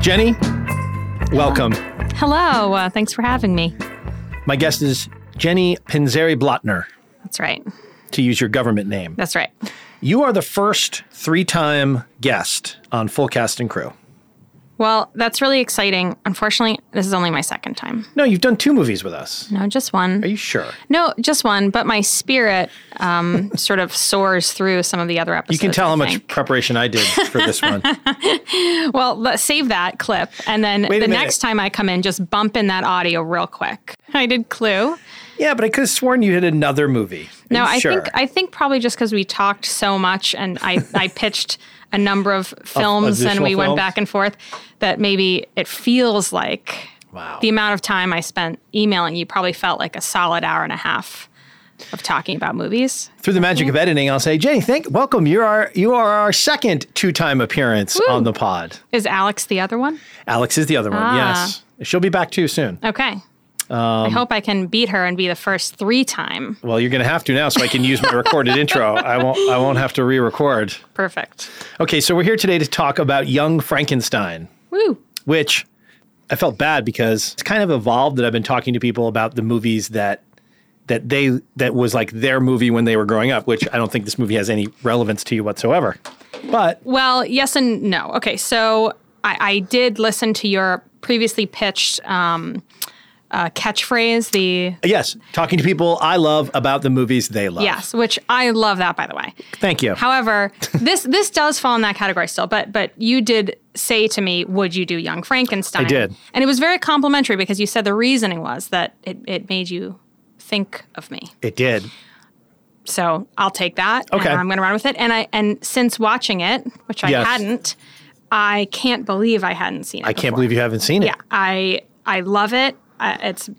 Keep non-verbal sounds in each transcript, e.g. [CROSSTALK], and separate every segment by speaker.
Speaker 1: Jenny, welcome.
Speaker 2: Hello. Uh, thanks for having me.
Speaker 1: My guest is Jenny Pinzeri Blotner,
Speaker 2: That's right.
Speaker 1: to use your government name.
Speaker 2: That's right.
Speaker 1: You are the first three time guest on Full Cast and Crew.
Speaker 2: Well, that's really exciting. Unfortunately, this is only my second time.
Speaker 1: No, you've done two movies with us.
Speaker 2: No, just one.
Speaker 1: Are you sure?
Speaker 2: No, just one. But my spirit
Speaker 1: [LAUGHS]
Speaker 2: um, sort of soars through some of the other episodes.
Speaker 1: You can tell
Speaker 2: I
Speaker 1: how much
Speaker 2: think.
Speaker 1: preparation I did for this one.
Speaker 2: [LAUGHS] Well, let, save that clip, and then
Speaker 1: Wait a
Speaker 2: the
Speaker 1: minute.
Speaker 2: next time I come in, just bump in that audio real quick. I did Clue.
Speaker 1: yeah, but I could have sworn you did another movie. Are
Speaker 2: No,
Speaker 1: you
Speaker 2: I
Speaker 1: sure?
Speaker 2: think I think probably just because we talked so much, and
Speaker 1: [LAUGHS]
Speaker 2: I I pitched a number of films, and
Speaker 1: additional
Speaker 2: we went
Speaker 1: films?
Speaker 2: back and forth. That maybe it feels like
Speaker 1: Wow.
Speaker 2: the amount of time I spent emailing you probably felt like a solid hour and a half of talking about movies.
Speaker 1: Through the magic of
Speaker 2: Mhm.
Speaker 1: editing, I'll say, Jenny, thank welcome. You are you are our second two time appearance on the pod.
Speaker 2: Is Alex the other one?
Speaker 1: Alex is the other one.
Speaker 2: Ah.
Speaker 1: Yes, she'll be back too soon.
Speaker 2: Okay.
Speaker 1: Um,
Speaker 2: I hope I can beat her and be the first three time.
Speaker 1: Well, you're going to have to now, so I can use my recorded intro. I won't. I won't have to re-record.
Speaker 2: Perfect.
Speaker 1: Okay, so we're here today to talk about Young Frankenstein,
Speaker 2: Woo.
Speaker 1: which I felt bad because it's kind of evolved that I've been talking to people about the movies that that they that was like their movie when they were growing up, which I don't think this movie has any relevance to you whatsoever. But
Speaker 2: Well, yes and no. Okay, so I, I did listen to your previously pitched um, uh, catchphrase, the
Speaker 1: yes, talking to people I love about the movies they love.
Speaker 2: yes, which I love that by the way.
Speaker 1: Thank you. [LAUGHS]
Speaker 2: However, this this does fall in that category still, but but you did say to me, "Would you do Young Frankenstein?"
Speaker 1: I did.
Speaker 2: and it was very complimentary because you said the reasoning was that it, it made you think of me.
Speaker 1: it did.
Speaker 2: So I'll take that. and
Speaker 1: Okay.
Speaker 2: I'm going to run with it. And I and since watching it, which I
Speaker 1: Yes.
Speaker 2: hadn't, I can't believe I hadn't seen it.
Speaker 1: I can't believe you haven't seen it.
Speaker 2: Yeah, I I love it. Uh, it's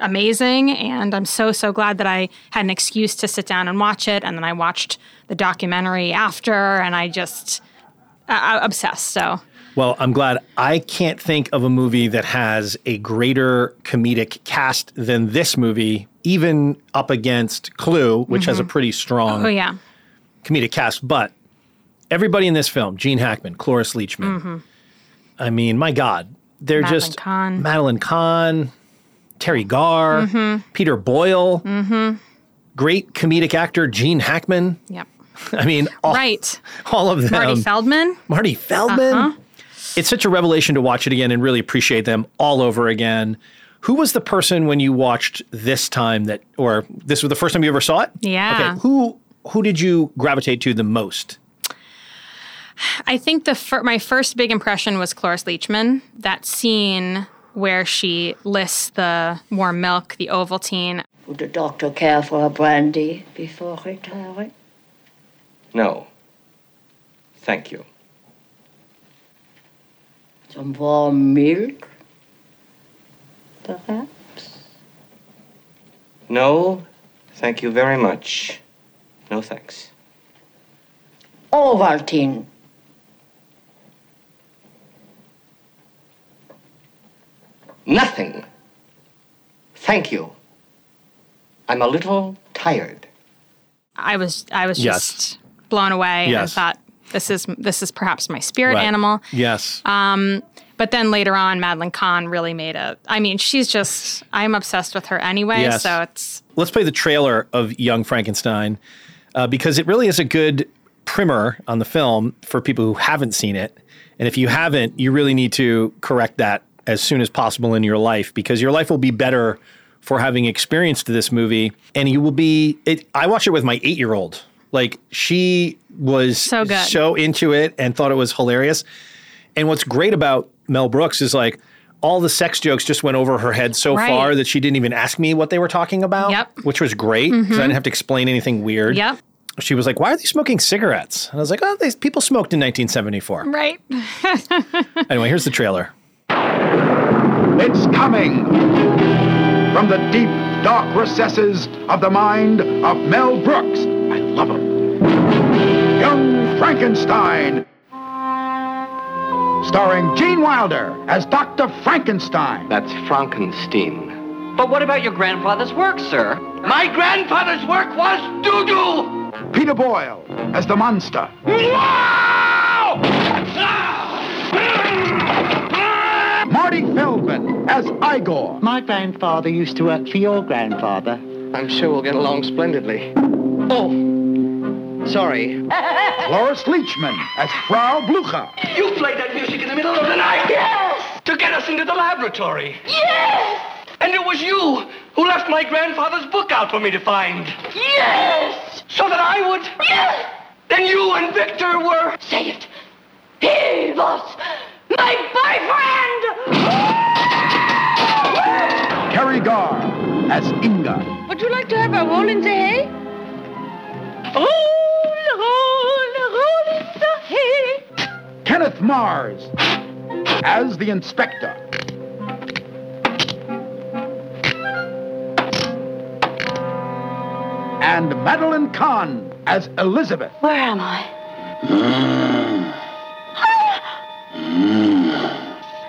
Speaker 2: amazing, and I'm so so glad that I had an excuse to sit down and watch it. And then I watched the documentary after, and I just uh, obsessed. So
Speaker 1: Well, I'm glad I can't think of a movie that has a greater comedic cast than this movie, even up against Clue, which has a pretty strong
Speaker 2: oh yeah,
Speaker 1: comedic cast. But everybody in this film Gene Hackman, Cloris Leachman.
Speaker 2: Mm-hmm.
Speaker 1: I mean, my God, they're
Speaker 2: Mm. Madeline
Speaker 1: just
Speaker 2: Kahn. Mm-hmm.
Speaker 1: Madeline Kahn, Terry Garr, Peter Boyle, great comedic actor Gene Hackman. [LAUGHS]
Speaker 2: yep,
Speaker 1: I mean, all,
Speaker 2: right.
Speaker 1: all of them.
Speaker 2: Marty Feldman. Uh-huh.
Speaker 1: Marty Feldman. It's such a revelation to watch it again and really appreciate them all over again. Who was the person when you watched this time that, or this was the first time you ever saw it?
Speaker 2: Yeah.
Speaker 1: Okay. Who who did you gravitate to the most?
Speaker 2: I think the fir- my first big impression was Cloris Leachman. That scene where she lists the warm milk, the Ovaltine.
Speaker 3: Would the doctor care for a brandy before retiring?
Speaker 4: No. Thank you.
Speaker 3: Some warm milk? Perhaps?
Speaker 4: No, thank you very much. No thanks.
Speaker 3: Ovaltine.
Speaker 4: Nothing. Thank you. I'm a little tired.
Speaker 2: I was I was
Speaker 1: Yes.
Speaker 2: just blown away and
Speaker 1: Yes.
Speaker 2: thought this is this is perhaps my spirit
Speaker 1: Right.
Speaker 2: animal. Um,
Speaker 1: Yes.
Speaker 2: But then later on, Madeline Kahn really made a. I mean, she's just I'm obsessed with her anyway.
Speaker 1: Yes.
Speaker 2: So it's
Speaker 1: Let's play the trailer of Young Frankenstein uh, because it really is a good primer on the film for people who haven't seen it. And if you haven't, you really need to correct that as soon as possible in your life because your life will be better for having experienced this movie. And you will be, it, I watched it with my eight year old. Like she was
Speaker 2: So good.
Speaker 1: so into it and thought it was hilarious. And what's great about Mel Brooks is like all the sex jokes just went over her head so
Speaker 2: Right.
Speaker 1: far that she didn't even ask me what they were talking about,
Speaker 2: Yep. Mm-hmm.
Speaker 1: which was great because I didn't have to explain anything weird.
Speaker 2: yep,
Speaker 1: She was like, "Why are they smoking cigarettes?" And I was like, "Oh, they, people smoked
Speaker 2: [LAUGHS]
Speaker 1: in 1974."
Speaker 2: right.
Speaker 1: anyway, here's the trailer.
Speaker 5: It's coming from the deep, dark recesses of the mind of Mel Brooks. I love him. Young Frankenstein. Starring Gene Wilder as Dr. Frankenstein.
Speaker 4: That's Frankenstein.
Speaker 6: But what about your grandfather's work, sir?
Speaker 5: My grandfather's work was doo doo. Peter Boyle as the monster. Wow! as Igor.
Speaker 7: My grandfather used to work for your grandfather.
Speaker 8: I'm sure we'll get along splendidly. Oh,
Speaker 5: [LAUGHS]
Speaker 8: sorry.
Speaker 5: Cloris Leachman as Frau Blucher.
Speaker 9: You played that music in the middle of the night? Yes! To get us into the laboratory.
Speaker 10: Yes!
Speaker 9: And it was you who left my grandfather's book out for me to find.
Speaker 10: Yes!
Speaker 9: So that I would.
Speaker 10: Yes!
Speaker 9: Then you and Victor were.
Speaker 10: Say it. He was my boyfriend!
Speaker 5: Kerry Gar as Inga.
Speaker 10: Would you like to have a roll in the hay? Roll, roll, roll in the hay.
Speaker 5: Kenneth Mars as the Inspector. And Madeline Kahn as Elizabeth.
Speaker 10: Where am I?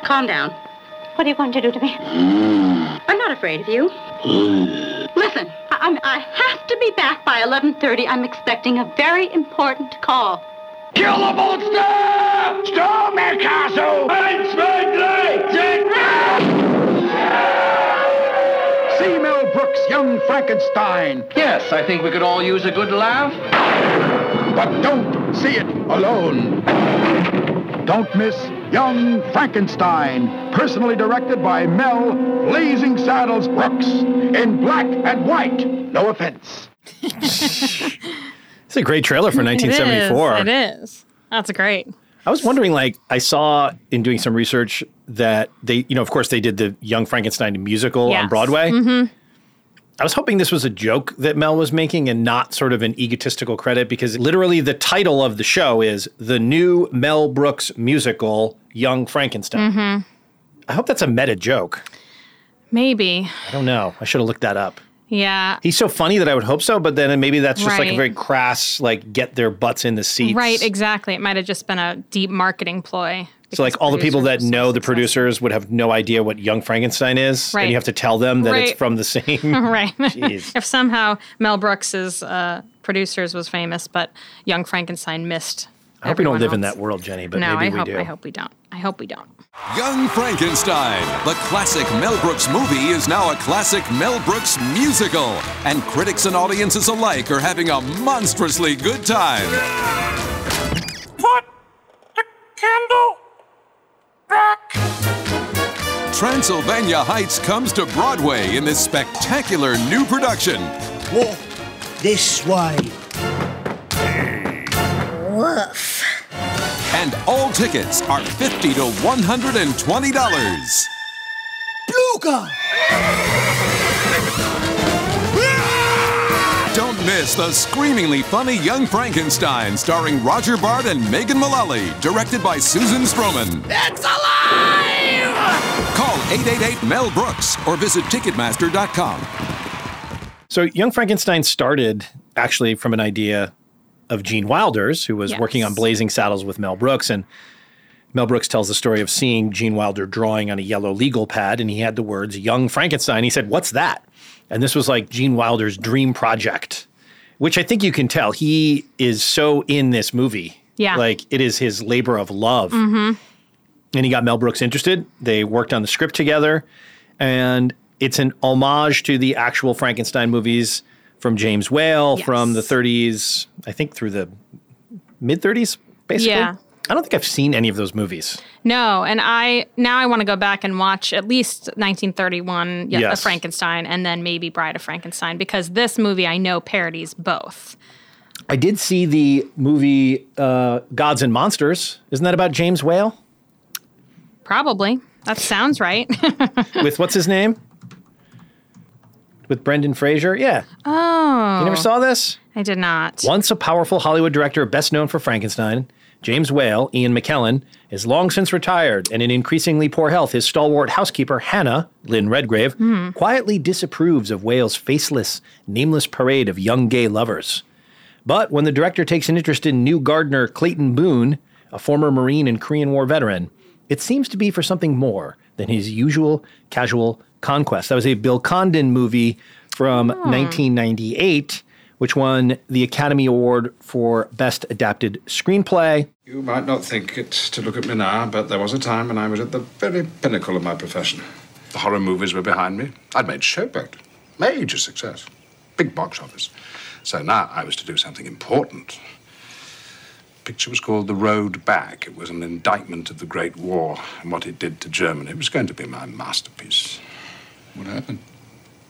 Speaker 11: Calm down. Mm.
Speaker 10: What are you going to do to me?
Speaker 11: I'm not afraid of you. Listen, I, I'm, I have to be back by 11.30. I'm expecting a very important call.
Speaker 9: Kill the monster! Storm their castle! And
Speaker 5: C. Mel Brooks, Young Frankenstein.
Speaker 8: Yes, I think we could all use a good laugh.
Speaker 5: But don't see it alone. Don't miss Young Frankenstein, personally directed by Mel Blazing Saddles Brooks in black and white. No offense.
Speaker 1: It's a great trailer for 1974.
Speaker 2: It is. It is. That's great.
Speaker 1: I was wondering, like, I saw in doing some research that they, you know, of course, they did the Young Frankenstein musical on
Speaker 2: Yes. Mm-hmm.
Speaker 1: Broadway. I was hoping this was a joke that Mel was making and not sort of an egotistical credit because literally the title of the show is The New Mel Brooks Musical, Young Frankenstein.
Speaker 2: Mm-hmm.
Speaker 1: I hope that's a meta joke.
Speaker 2: Maybe.
Speaker 1: I don't know. I should have looked that up.
Speaker 2: Yeah.
Speaker 1: He's so funny that I would hope so, but then maybe that's just like a
Speaker 2: Right.
Speaker 1: very crass, like, get their butts in the seats.
Speaker 2: Right, exactly. It might have just been a deep marketing ploy.
Speaker 1: [LAUGHS] So like
Speaker 2: because
Speaker 1: all the people that
Speaker 2: producers were so
Speaker 1: know the
Speaker 2: successful.
Speaker 1: producers would have no idea what Young Frankenstein is, and
Speaker 2: Right.
Speaker 1: you have to tell them that it's
Speaker 2: Right.
Speaker 1: from the same.
Speaker 2: [LAUGHS] Right.
Speaker 1: Jeez.
Speaker 2: if somehow Mel Brooks's uh, producers was famous, but Young Frankenstein missed.
Speaker 1: I hope we don't
Speaker 2: everyone
Speaker 1: live in
Speaker 2: else.
Speaker 1: that world, Jenny, but
Speaker 2: no,
Speaker 1: maybe
Speaker 2: I
Speaker 1: we
Speaker 2: hope
Speaker 1: do.
Speaker 2: I hope we don't. I hope we don't.
Speaker 12: Young Frankenstein, the classic Mel Brooks movie, is now a classic Mel Brooks musical, and critics and audiences alike are having a monstrously good time.
Speaker 9: Put the candle back.
Speaker 12: Transylvania Heights comes to Broadway in this spectacular new production.
Speaker 13: Walk this way.
Speaker 12: And all tickets are $50 to $120.
Speaker 13: Bluger!
Speaker 12: Don't miss the screamingly funny Young Frankenstein starring Roger Bard and Megan Mullally, directed by Susan Stroman.
Speaker 13: It's alive!
Speaker 12: Call 888 Mel Brooks or visit Ticketmaster.com.
Speaker 1: So Young Frankenstein started actually from an idea of Gene Wilder's, who was
Speaker 2: Yes.
Speaker 1: working on Blazing Saddles with Mel Brooks, and Mel Brooks tells the story of seeing Gene Wilder drawing on a yellow legal pad, and he had the words "Young Frankenstein." He said, "What's that?" And this was like Gene Wilder's dream project, which I think you can tell he is so in this movie.
Speaker 2: Yeah. Mm-hmm.
Speaker 1: like it is his labor of love and he got Mel Brooks interested. They worked on the script together, and it's an homage to the actual Frankenstein movies from James Whale
Speaker 2: Yes.
Speaker 1: from the 30s, I think through the mid 30s, basically.
Speaker 2: Yeah.
Speaker 1: I don't think I've seen any of those movies.
Speaker 2: No, and I now I want to go back and watch at least 1931, yeah,
Speaker 1: Yes.
Speaker 2: The Frankenstein, and then maybe Bride of Frankenstein because this movie I know parodies both.
Speaker 1: I did see the movie uh, Gods and Monsters. Isn't that about James Whale [LAUGHS]
Speaker 2: Probably that sounds right. [LAUGHS]
Speaker 1: with what's his name? With Brendan Fraser? Yeah.
Speaker 2: oh,
Speaker 1: You never saw this?
Speaker 2: I did not.
Speaker 1: Once a powerful Hollywood director best known for Frankenstein, James Whale, Ian McKellen, is long since retired, and in increasingly poor health, his stalwart housekeeper, Hannah, Lynn Redgrave, quietly disapproves of Whale's faceless, nameless parade of young gay lovers. But when the director takes an interest in new gardener Clayton Boone, a former Marine and Korean War veteran, it seems to be for something more than his usual casual conquest. That was a Bill Condon movie from 1998, which won the Academy Award for Best Adapted Screenplay.
Speaker 14: You might not think it to look at me now, but there was a time when I was at the very pinnacle of my profession. The horror movies were behind me. I'd made Showboat. Major success. Big box office. So now I was to do something important. The picture was called The Road Back. It was an indictment of the Great War and what it did to Germany. It was going to be my masterpiece. What happened?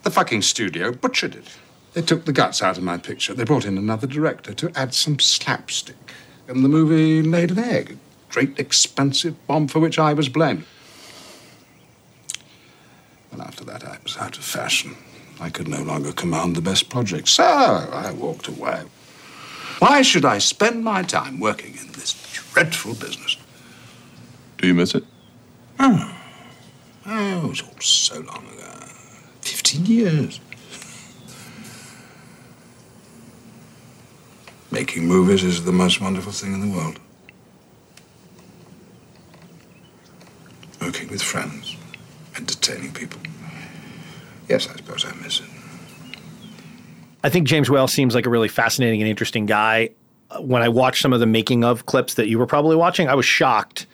Speaker 14: The fucking studio butchered it. They took the guts out of my picture. They brought in another director to add some slapstick. And the movie laid an egg. A great expensive bomb for which I was blamed. Well, after that, I was out of fashion. I could no longer command the best projects. So I walked away. Why should I spend my time working in this dreadful business?
Speaker 15: Do you miss it?
Speaker 14: Oh, oh it was all so long ago. Fifteen years. Making movies is the most wonderful thing in the world. Working with friends, entertaining people. Yes, I suppose I miss it.
Speaker 1: I think James Whale seems like a really fascinating and interesting guy. Uh, When I watched some of the making of clips that you were probably watching, I was shocked.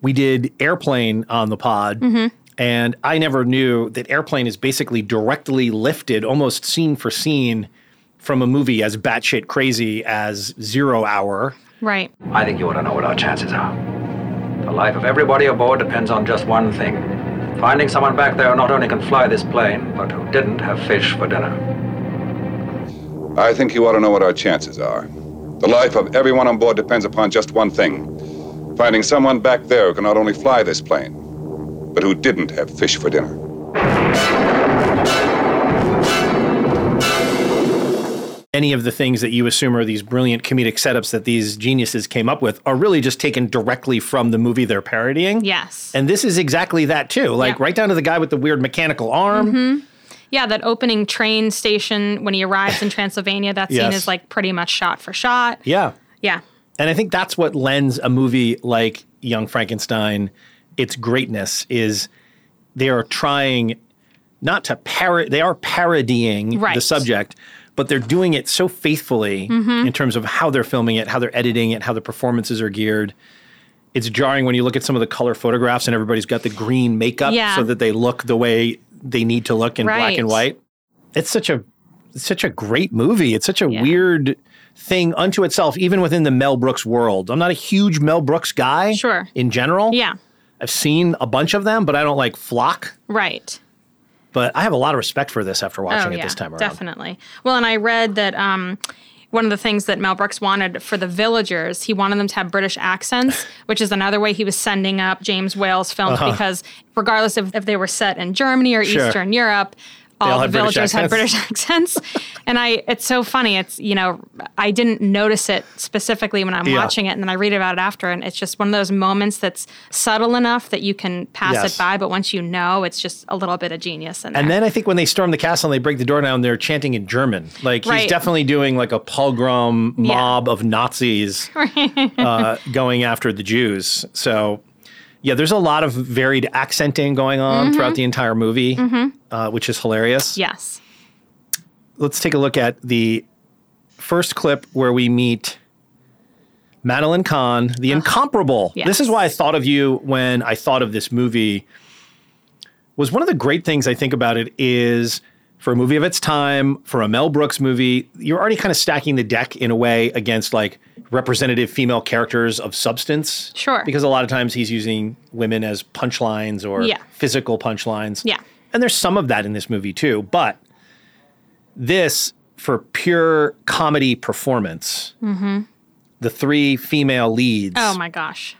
Speaker 1: We did Airplane on the pod,
Speaker 2: Mhm.
Speaker 1: and I never knew that Airplane is basically directly lifted, almost scene for scene, from a movie as batshit crazy as Zero Hour.
Speaker 2: Right.
Speaker 16: I think you ought to know what our chances are. The life of everybody aboard depends on just one thing finding someone back there who not only can fly this plane, but who didn't have fish for dinner.
Speaker 17: I think you ought to know what our chances are. The life of everyone on board depends upon just one thing finding someone back there who can not only fly this plane, but who didn't have fish for dinner.
Speaker 1: Any of the things that you assume are these brilliant comedic setups that these geniuses came up with are really just taken directly from the movie they're parodying.
Speaker 2: Yes.
Speaker 1: And this is exactly that too. Like right down to the guy with the weird mechanical arm.
Speaker 2: hmm Yeah, that opening train station when he arrives in Transylvania, that scene
Speaker 1: Yes.
Speaker 2: is like pretty much shot for shot.
Speaker 1: Yeah.
Speaker 2: Yeah.
Speaker 1: And I think that's what lends a movie like Young Frankenstein its greatness is they are trying not to parrot they are parodying the
Speaker 18: Right.
Speaker 1: subject, but they're doing it so faithfully
Speaker 18: Mhm.
Speaker 1: in terms of how they're filming it, how they're editing it, how the performances are geared. It's jarring when you look at some of the color photographs and everybody's got the green makeup
Speaker 2: Yeah.
Speaker 1: so that they look the way they need to look in black and
Speaker 2: Right.
Speaker 1: white. It's such a it's such a great movie. It's such a weird thing unto itself, even within the Mel Brooks world. I'm not a huge Mel Brooks guy. Sure. In general.
Speaker 2: Yeah.
Speaker 1: I've seen a bunch of them, but I don't like flock.
Speaker 2: Right. Oh,
Speaker 1: But I have a lot of respect for this after watching it this time around.
Speaker 2: Definitely. Well, and I read that um, one of the things that Mel Brooks wanted for the villagers, he wanted them to have British accents, which is another way he was sending up James Whale's films
Speaker 19: Uh-huh.
Speaker 2: because regardless of if they were set in Germany or
Speaker 19: Sure.
Speaker 2: Eastern Europe,
Speaker 19: They
Speaker 2: all,
Speaker 19: all
Speaker 2: the
Speaker 19: had British
Speaker 2: villagers had
Speaker 19: accents.
Speaker 2: British [LAUGHS] accents. and I it's so funny. It's you know, I didn't notice it specifically when I'm
Speaker 19: Yeah.
Speaker 2: watching it and then I read about it after and it's just one of those moments that's subtle enough that you can pass
Speaker 1: Yes.
Speaker 2: it by, but once you know, it's just a little bit of genius in there.
Speaker 1: And then I think when they storm the castle and they break the door down, they're chanting in German. Like
Speaker 2: Right.
Speaker 1: he's definitely doing like a pogrom
Speaker 2: Yeah.
Speaker 1: mob
Speaker 2: [LAUGHS]
Speaker 1: of Nazis uh, going after the Jews. So, yeah, there's a lot of varied accenting going on
Speaker 2: Mhm.
Speaker 1: throughout the entire movie,
Speaker 2: Mhm.
Speaker 1: uh, which is hilarious.
Speaker 2: Yes.
Speaker 1: Let's take a look at the first clip where we meet Madeline Kahn, the
Speaker 2: Ah,
Speaker 1: incomparable. This is why I thought of you when I thought of this movie. Was one of the great things I think about it is for a movie of its time, for a Mel Brooks movie, you're already kind of stacking the deck in a way against like representative female characters of substance.
Speaker 2: Sure.
Speaker 1: Because a lot of times he's using women as punchlines or
Speaker 2: Yeah.
Speaker 1: physical punchlines.
Speaker 2: Yeah.
Speaker 1: And there's some of that in this movie too, but this for pure comedy performance,
Speaker 2: Mm-hmm.
Speaker 1: the three female leads
Speaker 2: Oh my gosh.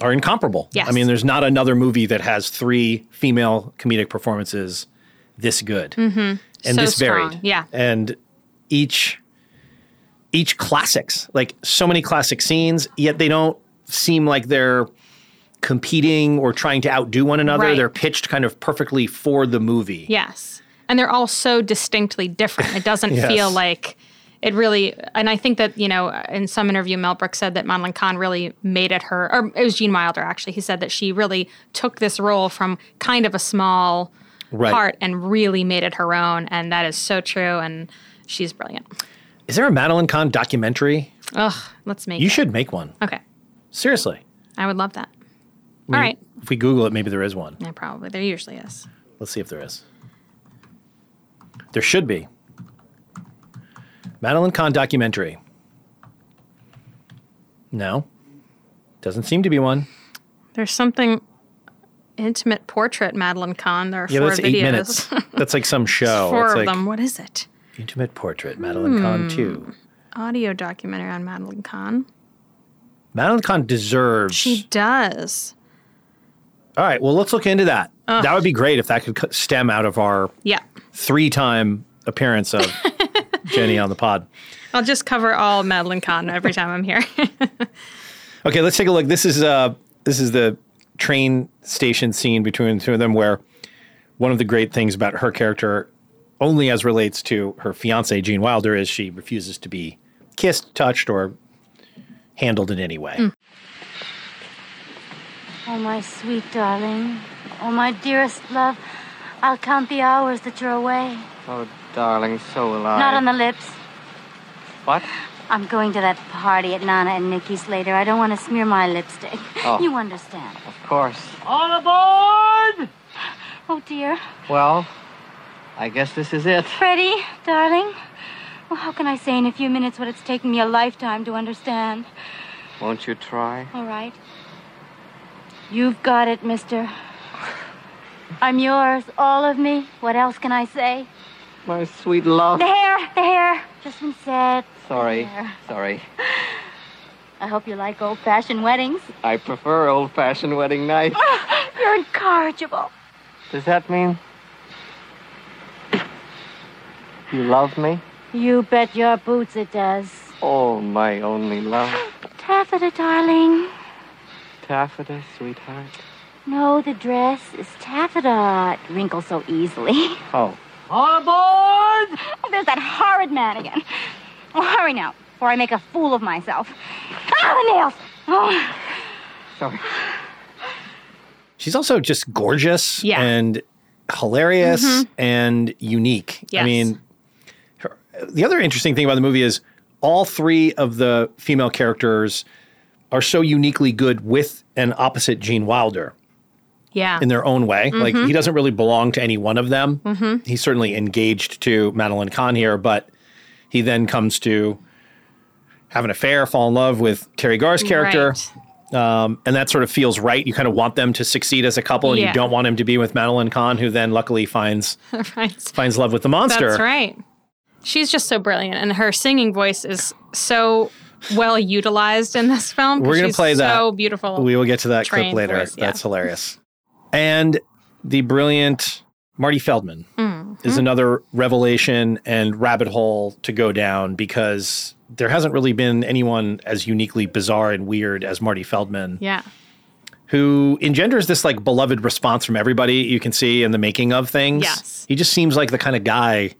Speaker 1: are incomparable.
Speaker 2: Yes.
Speaker 1: I mean, there's not another movie that has three female comedic performances this good
Speaker 2: Mm-hmm. And
Speaker 1: and
Speaker 2: so
Speaker 1: this
Speaker 2: strong.
Speaker 1: varied.
Speaker 2: Yeah.
Speaker 1: And each each classics, like so many classic scenes, yet they don't seem like they're competing or trying to outdo one another.
Speaker 2: Right.
Speaker 1: They're pitched kind of perfectly for the movie.
Speaker 2: Yes. And they're all so distinctly different. It doesn't
Speaker 1: [LAUGHS] Yes.
Speaker 2: feel like it really. And I think that you know, in some interview, Mel Brooks said that Madeline Kahn really made it her, or it was Gene Wilder actually. He said that she really took this role from kind of a small
Speaker 1: Right.
Speaker 2: part and really made it her own. And that is so true. And she's brilliant.
Speaker 1: Is there a Madeline Kahn documentary?
Speaker 2: Ugh, let's make.
Speaker 1: you
Speaker 2: it.
Speaker 1: should make one.
Speaker 2: Okay,
Speaker 1: Seriously.
Speaker 2: I would love that.
Speaker 1: We-
Speaker 2: All right.
Speaker 1: If we Google it, maybe there is one.
Speaker 2: Yeah, probably. There usually is.
Speaker 1: Let's see if there is. There should be. Madeline Kahn documentary. No. Doesn't seem to be one.
Speaker 2: There's something intimate portrait Madeline Kahn. There are
Speaker 1: Yeah,
Speaker 2: four
Speaker 1: but that's
Speaker 2: videos. [LAUGHS]
Speaker 1: eight minutes. That's like some show.
Speaker 2: four
Speaker 1: it's
Speaker 2: of
Speaker 1: like
Speaker 2: them. What is it?
Speaker 1: Intimate portrait, Madeline Kahn
Speaker 2: Hmm.
Speaker 1: 2.
Speaker 2: Audio documentary on Madeline Kahn.
Speaker 1: Madeline Kahn deserves.
Speaker 2: She does.
Speaker 1: All right, well, let's look into that.
Speaker 2: Ugh.
Speaker 1: That would be great if that could c- stem out of our
Speaker 2: Yeah.
Speaker 1: three time appearance of Jenny on the pod.
Speaker 2: I'll just cover all Madeline Kahn every time I'm here. [LAUGHS]
Speaker 1: Okay, let's take a look. This is uh this is the train station scene between the two of them where one of the great things about her character only as relates to her fiance Gene Wilder is she refuses to be kissed, touched or handled in any way.
Speaker 18: Oh, my sweet darling. Oh, my dearest love. I'll count the hours that you're away.
Speaker 6: Oh, darling, so will I.
Speaker 18: Not on the lips.
Speaker 6: What?
Speaker 18: I'm going to that party at Nana and Nikki's later. I don't want to smear my lipstick.
Speaker 6: Oh.
Speaker 18: You understand.
Speaker 6: Of course.
Speaker 18: All aboard! Oh, dear.
Speaker 6: Well, I guess this is it.
Speaker 18: Freddie, darling. Well, how can I say in a few minutes what it's taken me a lifetime to understand?
Speaker 6: Won't you try?
Speaker 18: All right. You've got it, mister. I'm yours, all of me. What else can I say?
Speaker 6: My sweet love.
Speaker 20: Oh.
Speaker 18: The hair, the hair. Just been said.
Speaker 6: Sorry.
Speaker 18: There.
Speaker 6: Sorry.
Speaker 18: I hope you like old fashioned weddings.
Speaker 6: I prefer old fashioned wedding night.
Speaker 18: [GASPS] You're incorrigible.
Speaker 6: Does that mean you love me?
Speaker 18: You bet your boots it does.
Speaker 6: Oh, my only love.
Speaker 18: Taffeta, darling.
Speaker 6: Taffeta, sweetheart.
Speaker 18: No, the dress is taffeta. It wrinkles so easily.
Speaker 6: Oh.
Speaker 18: All aboard! Oh, there's that horrid man again. Oh, hurry now, before I make a fool of myself. Ah, the nails! Oh,
Speaker 6: Sorry.
Speaker 1: She's also just gorgeous
Speaker 18: Yeah.
Speaker 1: and hilarious
Speaker 18: Mhm.
Speaker 1: and unique. I
Speaker 18: Yes.
Speaker 1: mean, her, the other interesting thing about the movie is all three of the female characters are so uniquely good with and opposite Gene Wilder
Speaker 2: yeah.
Speaker 1: in their own way. Like
Speaker 2: Mhm.
Speaker 1: he doesn't really belong to any one of them.
Speaker 2: Mhm.
Speaker 1: He's certainly engaged to Madeline Kahn here, but he then comes to have an affair, fall in love with Terry Garr's character. Um, and that sort of feels right. You kind of want them to succeed as a couple, and
Speaker 2: Yeah.
Speaker 1: you don't want him to be with Madeline Kahn, who then luckily finds
Speaker 2: right.
Speaker 1: finds love with the monster.
Speaker 2: That's right. She's just so brilliant, and her singing voice is so well utilized in this film. 'cause
Speaker 1: We're gonna
Speaker 2: she's
Speaker 1: play that.
Speaker 2: So beautiful.
Speaker 1: We will get to that clip
Speaker 2: trained
Speaker 1: later.
Speaker 2: voice, yeah.
Speaker 1: That's hilarious. And the brilliant Marty Feldman
Speaker 2: Mm.
Speaker 1: is another revelation and rabbit hole to go down because there hasn't really been anyone as uniquely bizarre and weird as Marty Feldman,
Speaker 2: Yeah.
Speaker 1: who engenders this like beloved response from everybody you can see in the making of things.
Speaker 2: Yes.
Speaker 1: He just seems like the kind of guy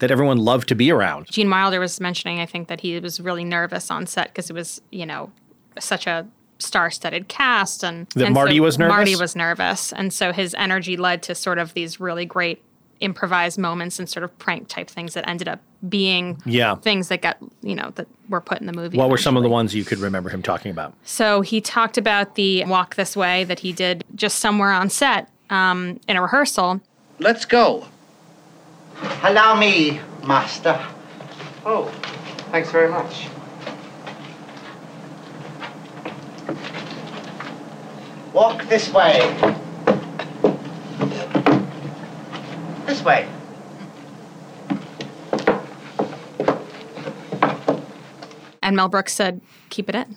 Speaker 1: that everyone loved to be around.
Speaker 2: Gene Wilder was mentioning, I think, that he was really nervous on set because it was, you know, such a star-studded cast, and
Speaker 1: That
Speaker 2: and
Speaker 1: Marty was nervous?
Speaker 2: Marty was nervous, and so his energy led to sort of these really great improvised moments and sort of prank type things that ended up being
Speaker 1: Yeah.
Speaker 2: things that got you know that were put in the movie.
Speaker 1: What were some of the ones you could remember him talking about?
Speaker 2: So he talked about the walk this way that he did just somewhere on set um, in a rehearsal.
Speaker 8: Let's go. Allow me, master.
Speaker 4: Oh, thanks very much.
Speaker 8: Walk this way. This way.
Speaker 2: And Mel Brooks said, "Keep it in."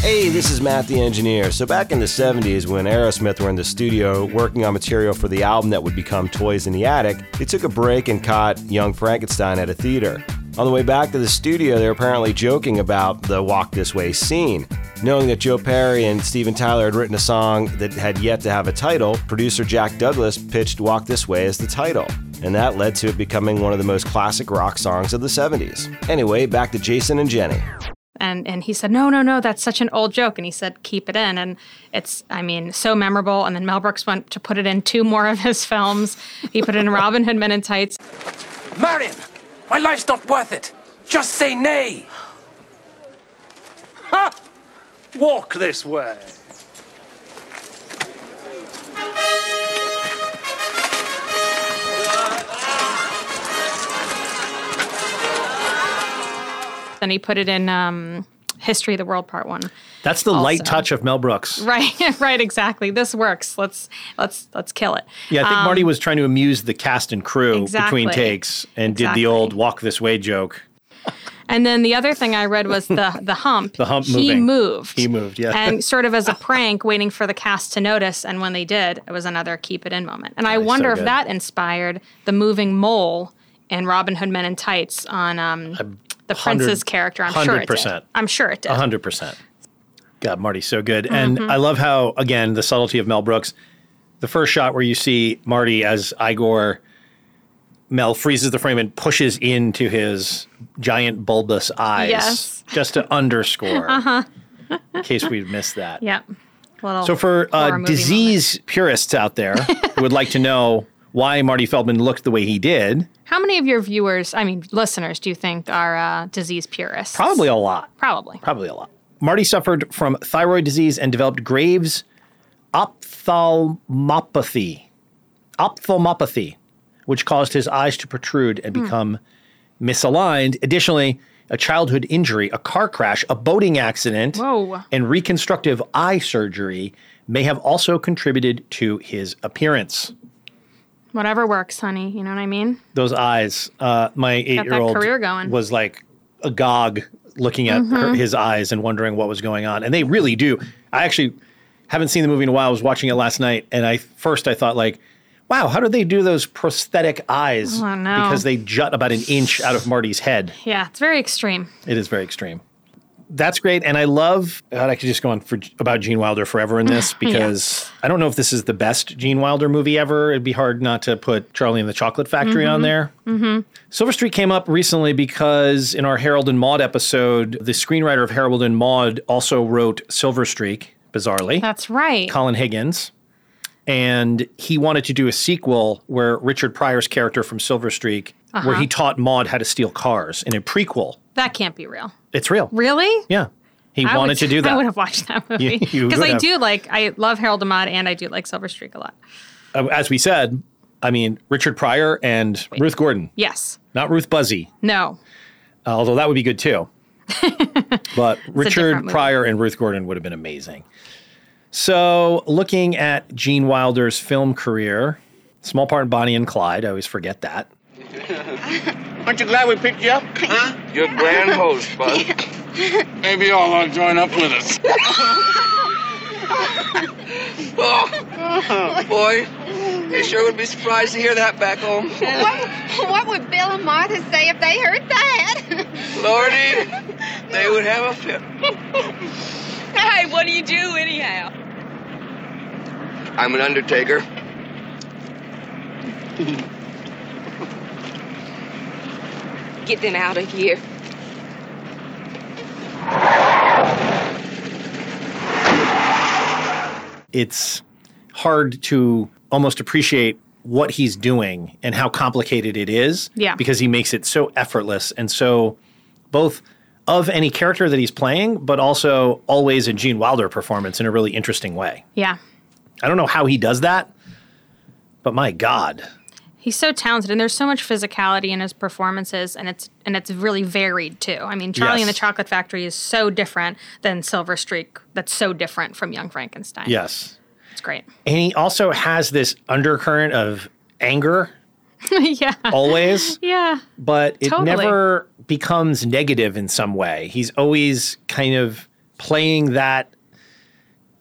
Speaker 19: Hey, this is Matt the Engineer. So, back in the 70s, when Aerosmith were in the studio working on material for the album that would become Toys in the Attic, they took a break and caught Young Frankenstein at a theater. On the way back to the studio, they were apparently joking about the Walk This Way scene. Knowing that Joe Perry and Steven Tyler had written a song that had yet to have a title, producer Jack Douglas pitched Walk This Way as the title. And that led to it becoming one of the most classic rock songs of the 70s. Anyway, back to Jason and Jenny.
Speaker 2: And and he said, "No, no, no, that's such an old joke." And he said, "Keep it in." And it's, I mean, so memorable. And then Mel Brooks went to put it in two more of his [LAUGHS] films. He put it in Robin Hood Men in Tights.
Speaker 21: Marion, my life's not worth it. Just say nay. Ha! Walk this way.
Speaker 2: and he put it in um, History of the World Part One. [LAUGHS]
Speaker 1: That's the light
Speaker 2: Also.
Speaker 1: touch of Mel Brooks.
Speaker 2: Mm, Right, right, exactly. This works. Let's let's let's kill it.
Speaker 1: Yeah, I think
Speaker 2: Um,
Speaker 1: Marty was trying to amuse the cast and crew
Speaker 2: Exactly.
Speaker 1: between takes and did
Speaker 2: Exactly.
Speaker 1: the old walk this way joke.
Speaker 2: And then the other thing I read was the the hump.
Speaker 1: [LAUGHS] The hump
Speaker 2: he
Speaker 1: moving.
Speaker 2: moved.
Speaker 1: He moved, yeah. [LAUGHS]
Speaker 2: And sort of as a prank, waiting for the cast to notice. And when they did, it was another keep it in moment. And I
Speaker 1: he's so
Speaker 2: wonder if
Speaker 1: good.
Speaker 2: that inspired the moving mole in Robin Hood Men in Tights on um, the
Speaker 1: hundred-
Speaker 2: prince's character. I'm sure it did.
Speaker 1: 100%.
Speaker 2: I'm sure it Mm-hmm. did. [LAUGHS]
Speaker 1: A hundred percent. God, Marty's so good, and I love how again the subtlety of Mel Brooks. The first shot where you see Marty as Igor, Mel freezes the frame and pushes into his giant bulbous eyes,
Speaker 2: Yes.
Speaker 1: just to underscore,
Speaker 2: Uh huh.
Speaker 1: in case we've missed
Speaker 2: [LAUGHS]
Speaker 1: that.
Speaker 2: Yep. Little
Speaker 1: So, for
Speaker 2: horror
Speaker 1: uh,
Speaker 2: movie
Speaker 1: disease purists out
Speaker 2: [LAUGHS]
Speaker 1: there who would like to know why Marty Feldman looked the way he did,
Speaker 2: How many of your viewers, I mean listeners, do you think are uh, disease purists?
Speaker 1: probably a lot.
Speaker 2: Probably.
Speaker 1: Probably a lot. Marty suffered from thyroid disease and developed Graves' ophthalmopathy, ophthalmopathy, which caused his eyes to protrude and
Speaker 22: Hmm.
Speaker 1: become misaligned. Additionally, a childhood injury, a car crash, a boating accident,
Speaker 2: Whoa.
Speaker 1: and reconstructive eye surgery may have also contributed to his appearance.
Speaker 2: Whatever works, honey. You know what I mean?
Speaker 1: Those eyes, uh, my
Speaker 2: that
Speaker 1: eight-year-old
Speaker 2: career going.
Speaker 1: was like agog looking at her-
Speaker 2: Mhm.
Speaker 1: his eyes and wondering what was going on. And they really do. I actually haven't seen the movie in a while. I was watching it last night, and I first I thought like, wow, how do they do those prosthetic eyes?
Speaker 2: Oh, no.
Speaker 1: Because they jut about an inch out of Marty's head.
Speaker 2: Yeah, it's very extreme.
Speaker 1: It is very extreme. That's great, and I love. God, I could just go on for about Gene Wilder forever in this
Speaker 2: [LAUGHS] Yeah.
Speaker 1: because I don't know if this is the best Gene Wilder movie ever. It'd be hard not to put Charlie and the Chocolate Factory on
Speaker 2: Mhm.
Speaker 1: there.
Speaker 2: Mm-hmm.
Speaker 1: Silver Street came up recently because in our Harold and Maude episode, the screenwriter of Harold and Maude also wrote Silver Streak, bizarrely.
Speaker 2: That's right.
Speaker 1: Colin Higgins. And he wanted to do a sequel where Richard Pryor's character from Silver Streak, where
Speaker 2: Uh-huh.
Speaker 1: he taught Maude how to steal cars in a prequel.
Speaker 2: That can't be real.
Speaker 1: It's real.
Speaker 2: Really?
Speaker 1: Yeah. He
Speaker 2: I [LAUGHS]
Speaker 1: wanted
Speaker 2: would-
Speaker 1: to do that.
Speaker 2: I would have watched
Speaker 1: [LAUGHS]
Speaker 2: that
Speaker 1: You-
Speaker 2: movie
Speaker 1: you
Speaker 2: because
Speaker 1: would
Speaker 2: I
Speaker 1: have.
Speaker 2: do like I love Harold Amod and I do like Silver Streak a lot.
Speaker 1: Uh, As we said, I mean, Richard Pryor and Ruth Gordon,
Speaker 2: Yes.
Speaker 1: not Ruth Buzzy,
Speaker 2: No.
Speaker 1: uh, although that would be
Speaker 2: [LAUGHS]
Speaker 1: good too. but Richard
Speaker 2: movie.
Speaker 1: Pryor and Ruth Gordon would have been amazing. So, looking at Gene Wilder's film career, small part in Bonnie and Clyde, I always forget that.
Speaker 23: Aren't you glad we picked you up? Huh?
Speaker 4: You're grand host, Buzz.
Speaker 23: [LAUGHS] Maybe you all want to join up with us.
Speaker 20: Oh, boy, they sure would be surprised to hear that back home.
Speaker 24: What, what would Bill and Martha say if they heard that?
Speaker 20: Lordy, they would have a fit.
Speaker 24: hey, what do you do anyhow?
Speaker 23: I'm an undertaker.
Speaker 24: Get them out of here.
Speaker 1: It's hard to almost appreciate what he's doing and how complicated it is
Speaker 2: Yeah.
Speaker 1: because he makes it so effortless and so both of any character that he's playing, but also always a Gene Wilder performance in a really interesting way.
Speaker 2: Yeah.
Speaker 1: I don't know how he does that, but my God.
Speaker 2: He's so talented, and there's so much physicality in his performances, and it's and it's really varied too. I mean, Charlie and the
Speaker 1: Yes.
Speaker 2: Chocolate Factory is so different than Silver Streak. That's so different from Young Frankenstein.
Speaker 1: Yes.
Speaker 2: it's great. [LAUGHS]
Speaker 1: And he also has this undercurrent of anger
Speaker 2: yeah,
Speaker 1: always,
Speaker 2: yeah,
Speaker 1: but it
Speaker 2: Totally.
Speaker 1: never becomes negative in some way. He's always kind of playing that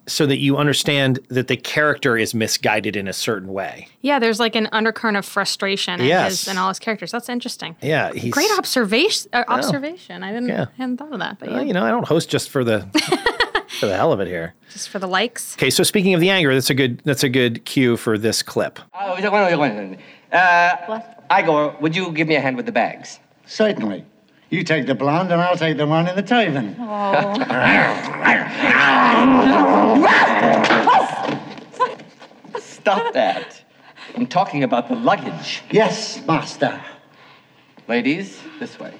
Speaker 1: so that you understand that the character is misguided in a certain way.
Speaker 2: yeah. There's like an undercurrent of frustration in
Speaker 1: Yes.
Speaker 2: his and all his characters. That's interesting.
Speaker 1: Yeah, he's
Speaker 2: Great observation. Uh,
Speaker 1: Oh.
Speaker 2: observation. I didn't
Speaker 1: Yeah. Oh,
Speaker 2: hadn't thought of that, but
Speaker 1: Well,
Speaker 2: yeah,
Speaker 1: uh, you know, I don't host
Speaker 2: [LAUGHS]
Speaker 1: just for the for the hell of it here.
Speaker 2: just for the likes.
Speaker 1: Okay, so speaking of the anger, that's a good that's a good cue for this clip.
Speaker 4: Oh, wait, wait, wait, wait. Uh, Igor, would you give me a hand with the bags?
Speaker 25: Certainly. You take the blonde and I'll take the one in the taven. [LAUGHS]
Speaker 4: Stop that. I'm talking about the luggage.
Speaker 25: Yes, master.
Speaker 4: Ladies, this way.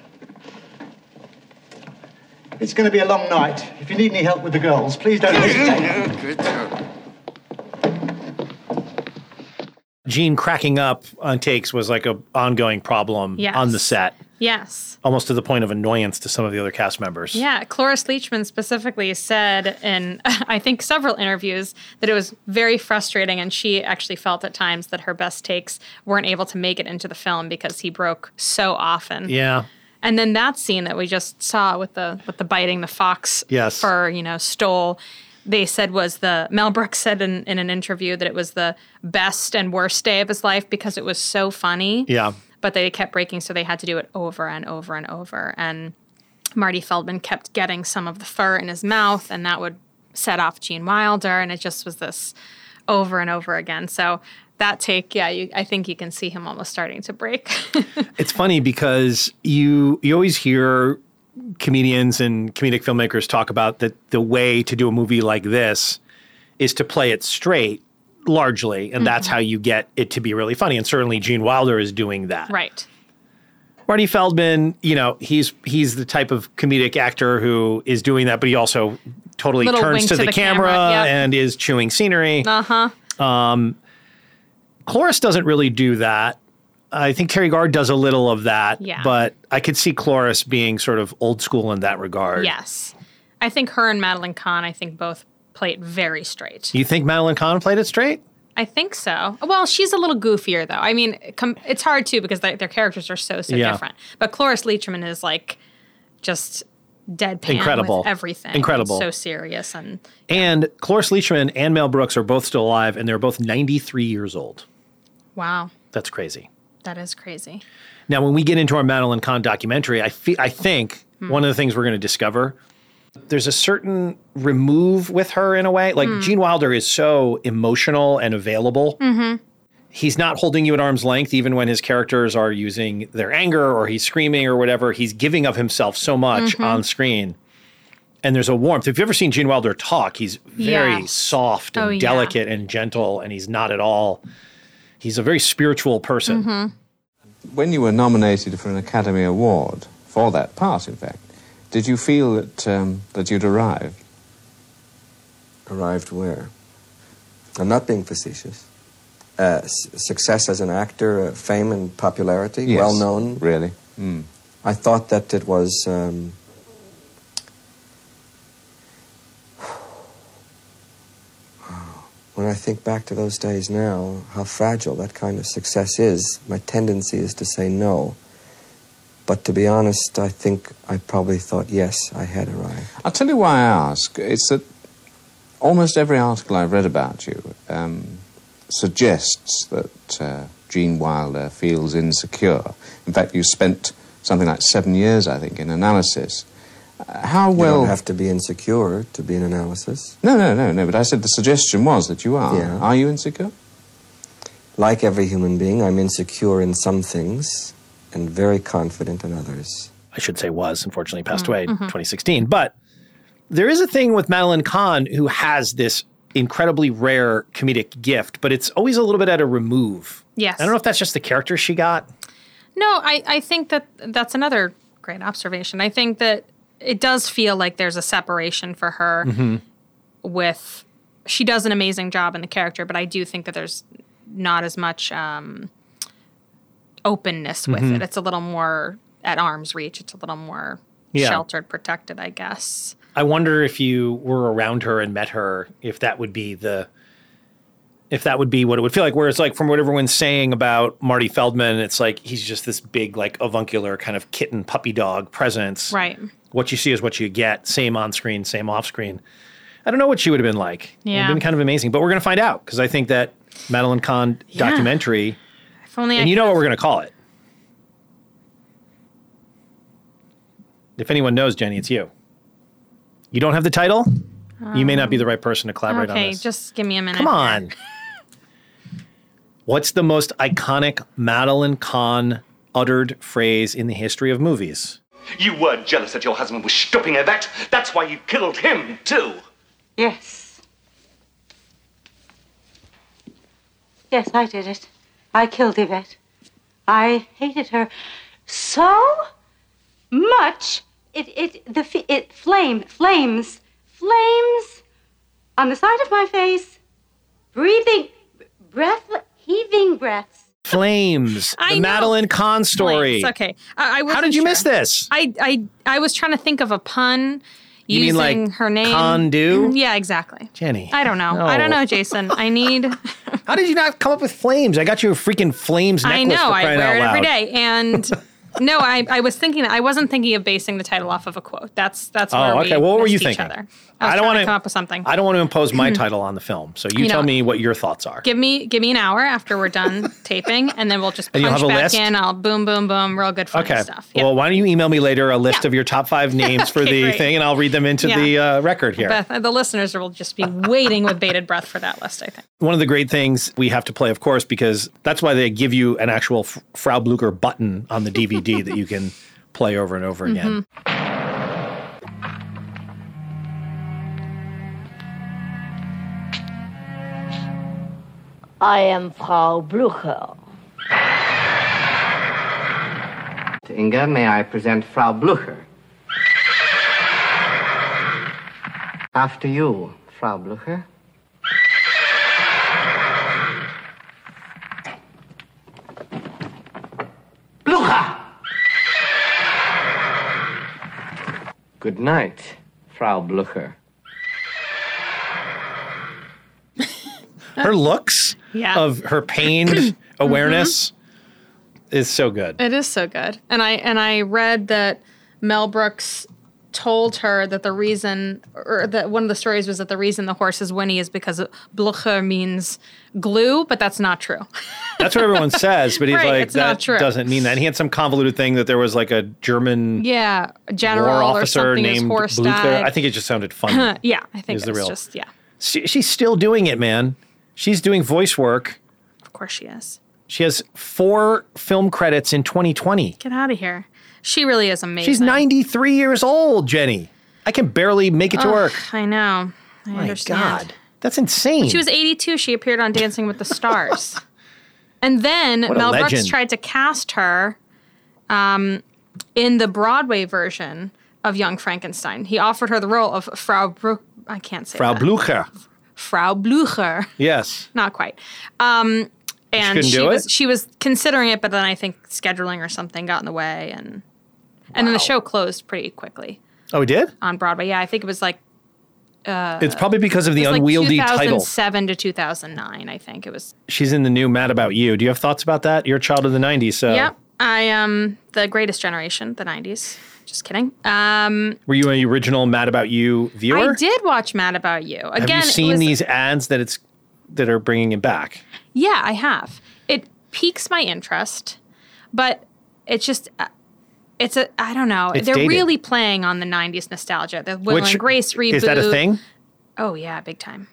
Speaker 25: It's going to be a long night. If you need any help with the girls, please don't hesitate.
Speaker 1: Gene cracking up on takes was like a ongoing problem
Speaker 25: Yes.
Speaker 1: on the set.
Speaker 2: Yes.
Speaker 1: almost to the point of annoyance to some of the other cast members.
Speaker 2: Yeah, Cloris Leachman specifically said in, [LAUGHS] I think, several interviews that it was very frustrating. And she actually felt at times that her best takes weren't able to make it into the film because he broke so often.
Speaker 1: Yeah.
Speaker 2: And then that scene that we just saw with the with the biting the fox
Speaker 1: Yes.
Speaker 2: fur, you know, stole. They said was the Mel Brooks said in, in an interview that it was the best and worst day of his life because it was so funny
Speaker 1: Yeah.
Speaker 2: but they kept breaking, so they had to do it over and over and over. And Marty Feldman kept getting some of the fur in his mouth, and that would set off Gene Wilder, and it just was this over and over again. So that take, yeah, you, I think you can see him almost starting to break.
Speaker 1: It's funny because you you always hear comedians and comedic filmmakers talk about that the way to do a movie like this is to play it straight largely and that's
Speaker 2: Mhm.
Speaker 1: how you get it to be really funny and certainly Gene Wilder is doing that.
Speaker 2: right.
Speaker 1: Marty Feldman, you know, he's he's the type of comedic actor who is doing that but he also totally
Speaker 2: Little
Speaker 1: turns
Speaker 2: wink
Speaker 1: to, the, camera,
Speaker 2: yep.
Speaker 1: and is chewing scenery.
Speaker 2: Uh huh.
Speaker 1: Um, Cloris doesn't really do that. I think Terry Gard does a little of that,
Speaker 2: Yeah.
Speaker 1: but I could see Cloris being sort of old school in that regard.
Speaker 2: Yes, I think her and Madeline Kahn, I think both play it very straight.
Speaker 1: You think Madeline Kahn played it straight?
Speaker 2: I think so. Well, she's a little goofier though. I mean, com- it's hard too because their their characters are so so
Speaker 1: Yeah.
Speaker 2: different. But Cloris Leachman is like just deadpan, with
Speaker 1: Incredible.
Speaker 2: everything,
Speaker 1: Incredible.
Speaker 2: so serious and
Speaker 1: And Cloris Leachman and Mel Brooks are both still alive, and they're both 93 years old.
Speaker 2: wow,
Speaker 1: That's crazy.
Speaker 2: that is crazy.
Speaker 1: Now, when we get into our Madeline Kahn documentary, I fe- I think
Speaker 2: Hmm.
Speaker 1: one of the things we're going to discover there's a certain remove with her in a way. Like
Speaker 2: Hmm.
Speaker 1: Gene Wilder is so emotional and available.
Speaker 2: Mm-hmm.
Speaker 1: he's not holding you at arm's length even when his characters are using their anger or he's screaming or whatever he's giving of himself so much
Speaker 2: Mhm.
Speaker 1: on screen and there's a warmth if you've ever seen gene wilder talk he's very
Speaker 2: Yes.
Speaker 1: soft and
Speaker 2: Oh, yeah.
Speaker 1: delicate and gentle and he's not at all he's a very spiritual person
Speaker 2: Mm-hmm.
Speaker 3: When you were nominated for an Academy Award, for that part, in fact, did you feel that, um, that you'd arrived?
Speaker 7: Arrived where? I'm not being facetious. Uh, s- success as an actor, uh, fame and popularity,
Speaker 3: Yes, Hmm.
Speaker 7: well known.
Speaker 3: Really?
Speaker 7: I thought that it was. Um, [SIGHS] when I think back to those days now, how fragile that kind of success is, my tendency is to say no. But to be honest, I think I probably thought yes, I had arrived.
Speaker 3: I'll tell you why I ask. It's that almost every article I've read about you um, suggests that uh, Gene Wilder feels insecure. In fact, you spent something like seven years, I think, in analysis. Uh, how well.
Speaker 7: you don't have to be insecure to be an analysis.
Speaker 3: No, no, no, no, but I said the suggestion was that you are.
Speaker 7: Yeah.
Speaker 3: Are you insecure?
Speaker 7: Like every human being, I'm insecure in some things and very confident in others.
Speaker 1: I should say was, unfortunately passed away in
Speaker 7: Mhm.
Speaker 1: 2016. But there is a thing with Madeline Kahn who has this incredibly rare comedic gift, but it's always a little bit at a remove.
Speaker 2: Yes.
Speaker 1: I don't know if that's just the character she got.
Speaker 2: No, I, I think that that's another great observation. I think that it does feel like there's a separation for her
Speaker 1: Mm-hmm.
Speaker 2: with she does an amazing job in the character, but I do think that there's not as much um, openness with
Speaker 1: Mm-hmm.
Speaker 10: Mhm.
Speaker 2: it. It's a little more at arm's reach. It's a little more
Speaker 1: Yeah.
Speaker 2: sheltered, protected, I guess.
Speaker 1: I wonder if you were around her and met her, if that would be the if that would be what it would feel like. Whereas like from what everyone's saying about Marty Feldman, it's like he's just this big, like avuncular kind of kitten puppy dog presence.
Speaker 2: Right.
Speaker 1: What you see is what you get. Same on screen, same off screen. I don't know what she would have been like. It would have
Speaker 2: Yeah.
Speaker 1: been kind of amazing, but we're going to find out because I think that Madeline Kahn
Speaker 2: Yeah.
Speaker 1: documentary,
Speaker 2: If only I
Speaker 1: and you know what we're going to call it. If anyone knows, Jenny, it's you. You don't have the title? you may not be the right person to collaborate
Speaker 2: Um, Okay,
Speaker 1: on this.
Speaker 2: just give me a minute.
Speaker 1: Come on.
Speaker 2: [LAUGHS]
Speaker 1: What's the most iconic Madeline Kahn uttered phrase in the history of movies?
Speaker 9: [LAUGHS] You were jealous that your husband was stooping her that. That's why you killed him, too.
Speaker 11: Yes. Yes, I did it. I killed Yvette. I hated her so much. It, it, the, f- it, flame, flames, flames on the side of my face, breathing, breath, heaving breaths.
Speaker 1: Flames,
Speaker 2: [LAUGHS] I
Speaker 1: the
Speaker 2: know.
Speaker 1: Madeline Kahn story.
Speaker 2: Blanks, Okay. I, I
Speaker 1: How
Speaker 2: wasn't
Speaker 1: did you
Speaker 2: sure.
Speaker 1: miss this?
Speaker 2: I, I I was trying to think of a pun
Speaker 1: You mean,
Speaker 2: using
Speaker 1: like,
Speaker 2: her name. Mm-hmm.
Speaker 1: Condu?
Speaker 2: Yeah, exactly.
Speaker 1: Jenny.
Speaker 2: I don't know. I don't
Speaker 1: No.
Speaker 2: know, Jason. I need.
Speaker 1: How did you not come up with flames? I got you a freaking flames necklace.
Speaker 2: I know.
Speaker 1: For
Speaker 2: I
Speaker 1: crying
Speaker 2: wear
Speaker 1: out
Speaker 2: it every
Speaker 1: loud.
Speaker 2: day. And
Speaker 1: [LAUGHS]
Speaker 2: no, I, I was thinking that I wasn't thinking of basing the title off of a quote. That's that's.
Speaker 1: Oh,
Speaker 2: where
Speaker 1: okay.
Speaker 2: We
Speaker 1: What were you
Speaker 2: missed each
Speaker 1: thinking?
Speaker 2: Other. I, was
Speaker 1: I don't
Speaker 2: trying
Speaker 1: wanna-
Speaker 2: to come up with something. Mm-hmm.
Speaker 1: I don't want to impose my title on the film, so you,
Speaker 2: You
Speaker 1: tell
Speaker 2: know-
Speaker 1: me what your thoughts are.
Speaker 2: Give me give me an hour after we're done
Speaker 1: [LAUGHS]
Speaker 2: taping, and then we'll just punch
Speaker 1: And you'll have a
Speaker 2: back
Speaker 1: list?
Speaker 2: in. I'll boom boom boom, real good fun
Speaker 1: okay.
Speaker 2: stuff.
Speaker 1: Well, why don't you email me later a list of your
Speaker 2: [LAUGHS]
Speaker 1: top five names for
Speaker 2: Okay,
Speaker 1: the
Speaker 2: great.
Speaker 1: thing, and I'll read them into
Speaker 2: Yeah.
Speaker 1: the uh, record here.
Speaker 2: Beth, the listeners will just be waiting with bated breath for that list. I think.
Speaker 1: One of the great things we have to play, of course, because that's why they give you an actual F- Frau Blucher button on the DVD that you can play over and over again.
Speaker 2: Mhm.
Speaker 5: I am Frau Blucher.
Speaker 6: Inga, may I present Frau Blucher? After you, Frau Blucher. Blucher! Good night, Frau Blucher.
Speaker 1: Her looks
Speaker 2: Yeah. Mm-hmm.
Speaker 1: of
Speaker 2: [CLEARS THROAT]
Speaker 1: her pained awareness is so good.
Speaker 2: It is so good. And I and I read that Mel Brooks told her that the reason or that one of the stories was that the reason the horse is whinny is because Blucher means glue, but that's not true.
Speaker 1: That's what everyone says, but he's
Speaker 2: Right,
Speaker 1: like,
Speaker 2: it's not
Speaker 1: that
Speaker 2: true."
Speaker 1: doesn't mean that. And he had some convoluted thing that there was like a German
Speaker 2: Yeah, a general
Speaker 1: Hmm. war
Speaker 2: or
Speaker 1: officer
Speaker 2: something
Speaker 1: named
Speaker 2: his horse
Speaker 1: Blucher.
Speaker 2: died.
Speaker 1: I think it just sounded funny.
Speaker 2: [LAUGHS] yeah, I think
Speaker 1: Is
Speaker 2: it's
Speaker 1: the real-
Speaker 2: just yeah.
Speaker 1: she, she's still doing it, man. She's doing voice work.
Speaker 2: Of course she is.
Speaker 1: She has four film credits in 2020.
Speaker 2: Get out of here. She really is amazing.
Speaker 1: She's 93 years old, Jenny. I can barely make it to
Speaker 2: Ugh,
Speaker 1: work.
Speaker 2: I know. I
Speaker 1: My
Speaker 2: understand.
Speaker 1: God. That's insane.
Speaker 2: When she was 82, she appeared on Dancing with the
Speaker 1: [LAUGHS]
Speaker 2: Stars. and then
Speaker 1: What a
Speaker 2: Mel Brooks
Speaker 1: legend.
Speaker 2: tried to cast her um, in the Broadway version of Young Frankenstein. He offered her the role of Frau Bru- I can't say
Speaker 1: Frau
Speaker 2: that.
Speaker 1: Blucher.
Speaker 2: Frau Blucher.
Speaker 1: Yes.
Speaker 2: Not quite. Um, and
Speaker 1: couldn't
Speaker 2: she
Speaker 1: do
Speaker 2: was
Speaker 1: it?
Speaker 2: she was considering it, but then I think scheduling or something got in the way, and and then the show closed pretty quickly
Speaker 1: Oh, we did?
Speaker 2: on Broadway. Yeah, I think it was like. Uh,
Speaker 1: It's probably because of
Speaker 2: it
Speaker 1: the
Speaker 2: was like
Speaker 1: unwieldy title.
Speaker 2: 2007 to 2009, I think it was.
Speaker 1: She's in the new Mad About You. Do you have thoughts about that? You're a child of the 90s, so
Speaker 2: Yep. I am the greatest generation, the 90s. Just kidding. Um,
Speaker 1: were you an original Mad About You viewer?
Speaker 2: I did watch Mad About You. Again,
Speaker 1: have you
Speaker 2: it
Speaker 1: seen
Speaker 2: was-
Speaker 1: these ads that it's that are bringing it back?
Speaker 2: Yeah, I have. It piques my interest, but it's just, uh, it's a, I don't know.
Speaker 1: It's
Speaker 2: They're
Speaker 1: dated.
Speaker 2: really playing on the 90s nostalgia. The Will
Speaker 1: Which-
Speaker 2: and Grace reboot.
Speaker 1: Is that a thing?
Speaker 2: Oh, yeah, big time.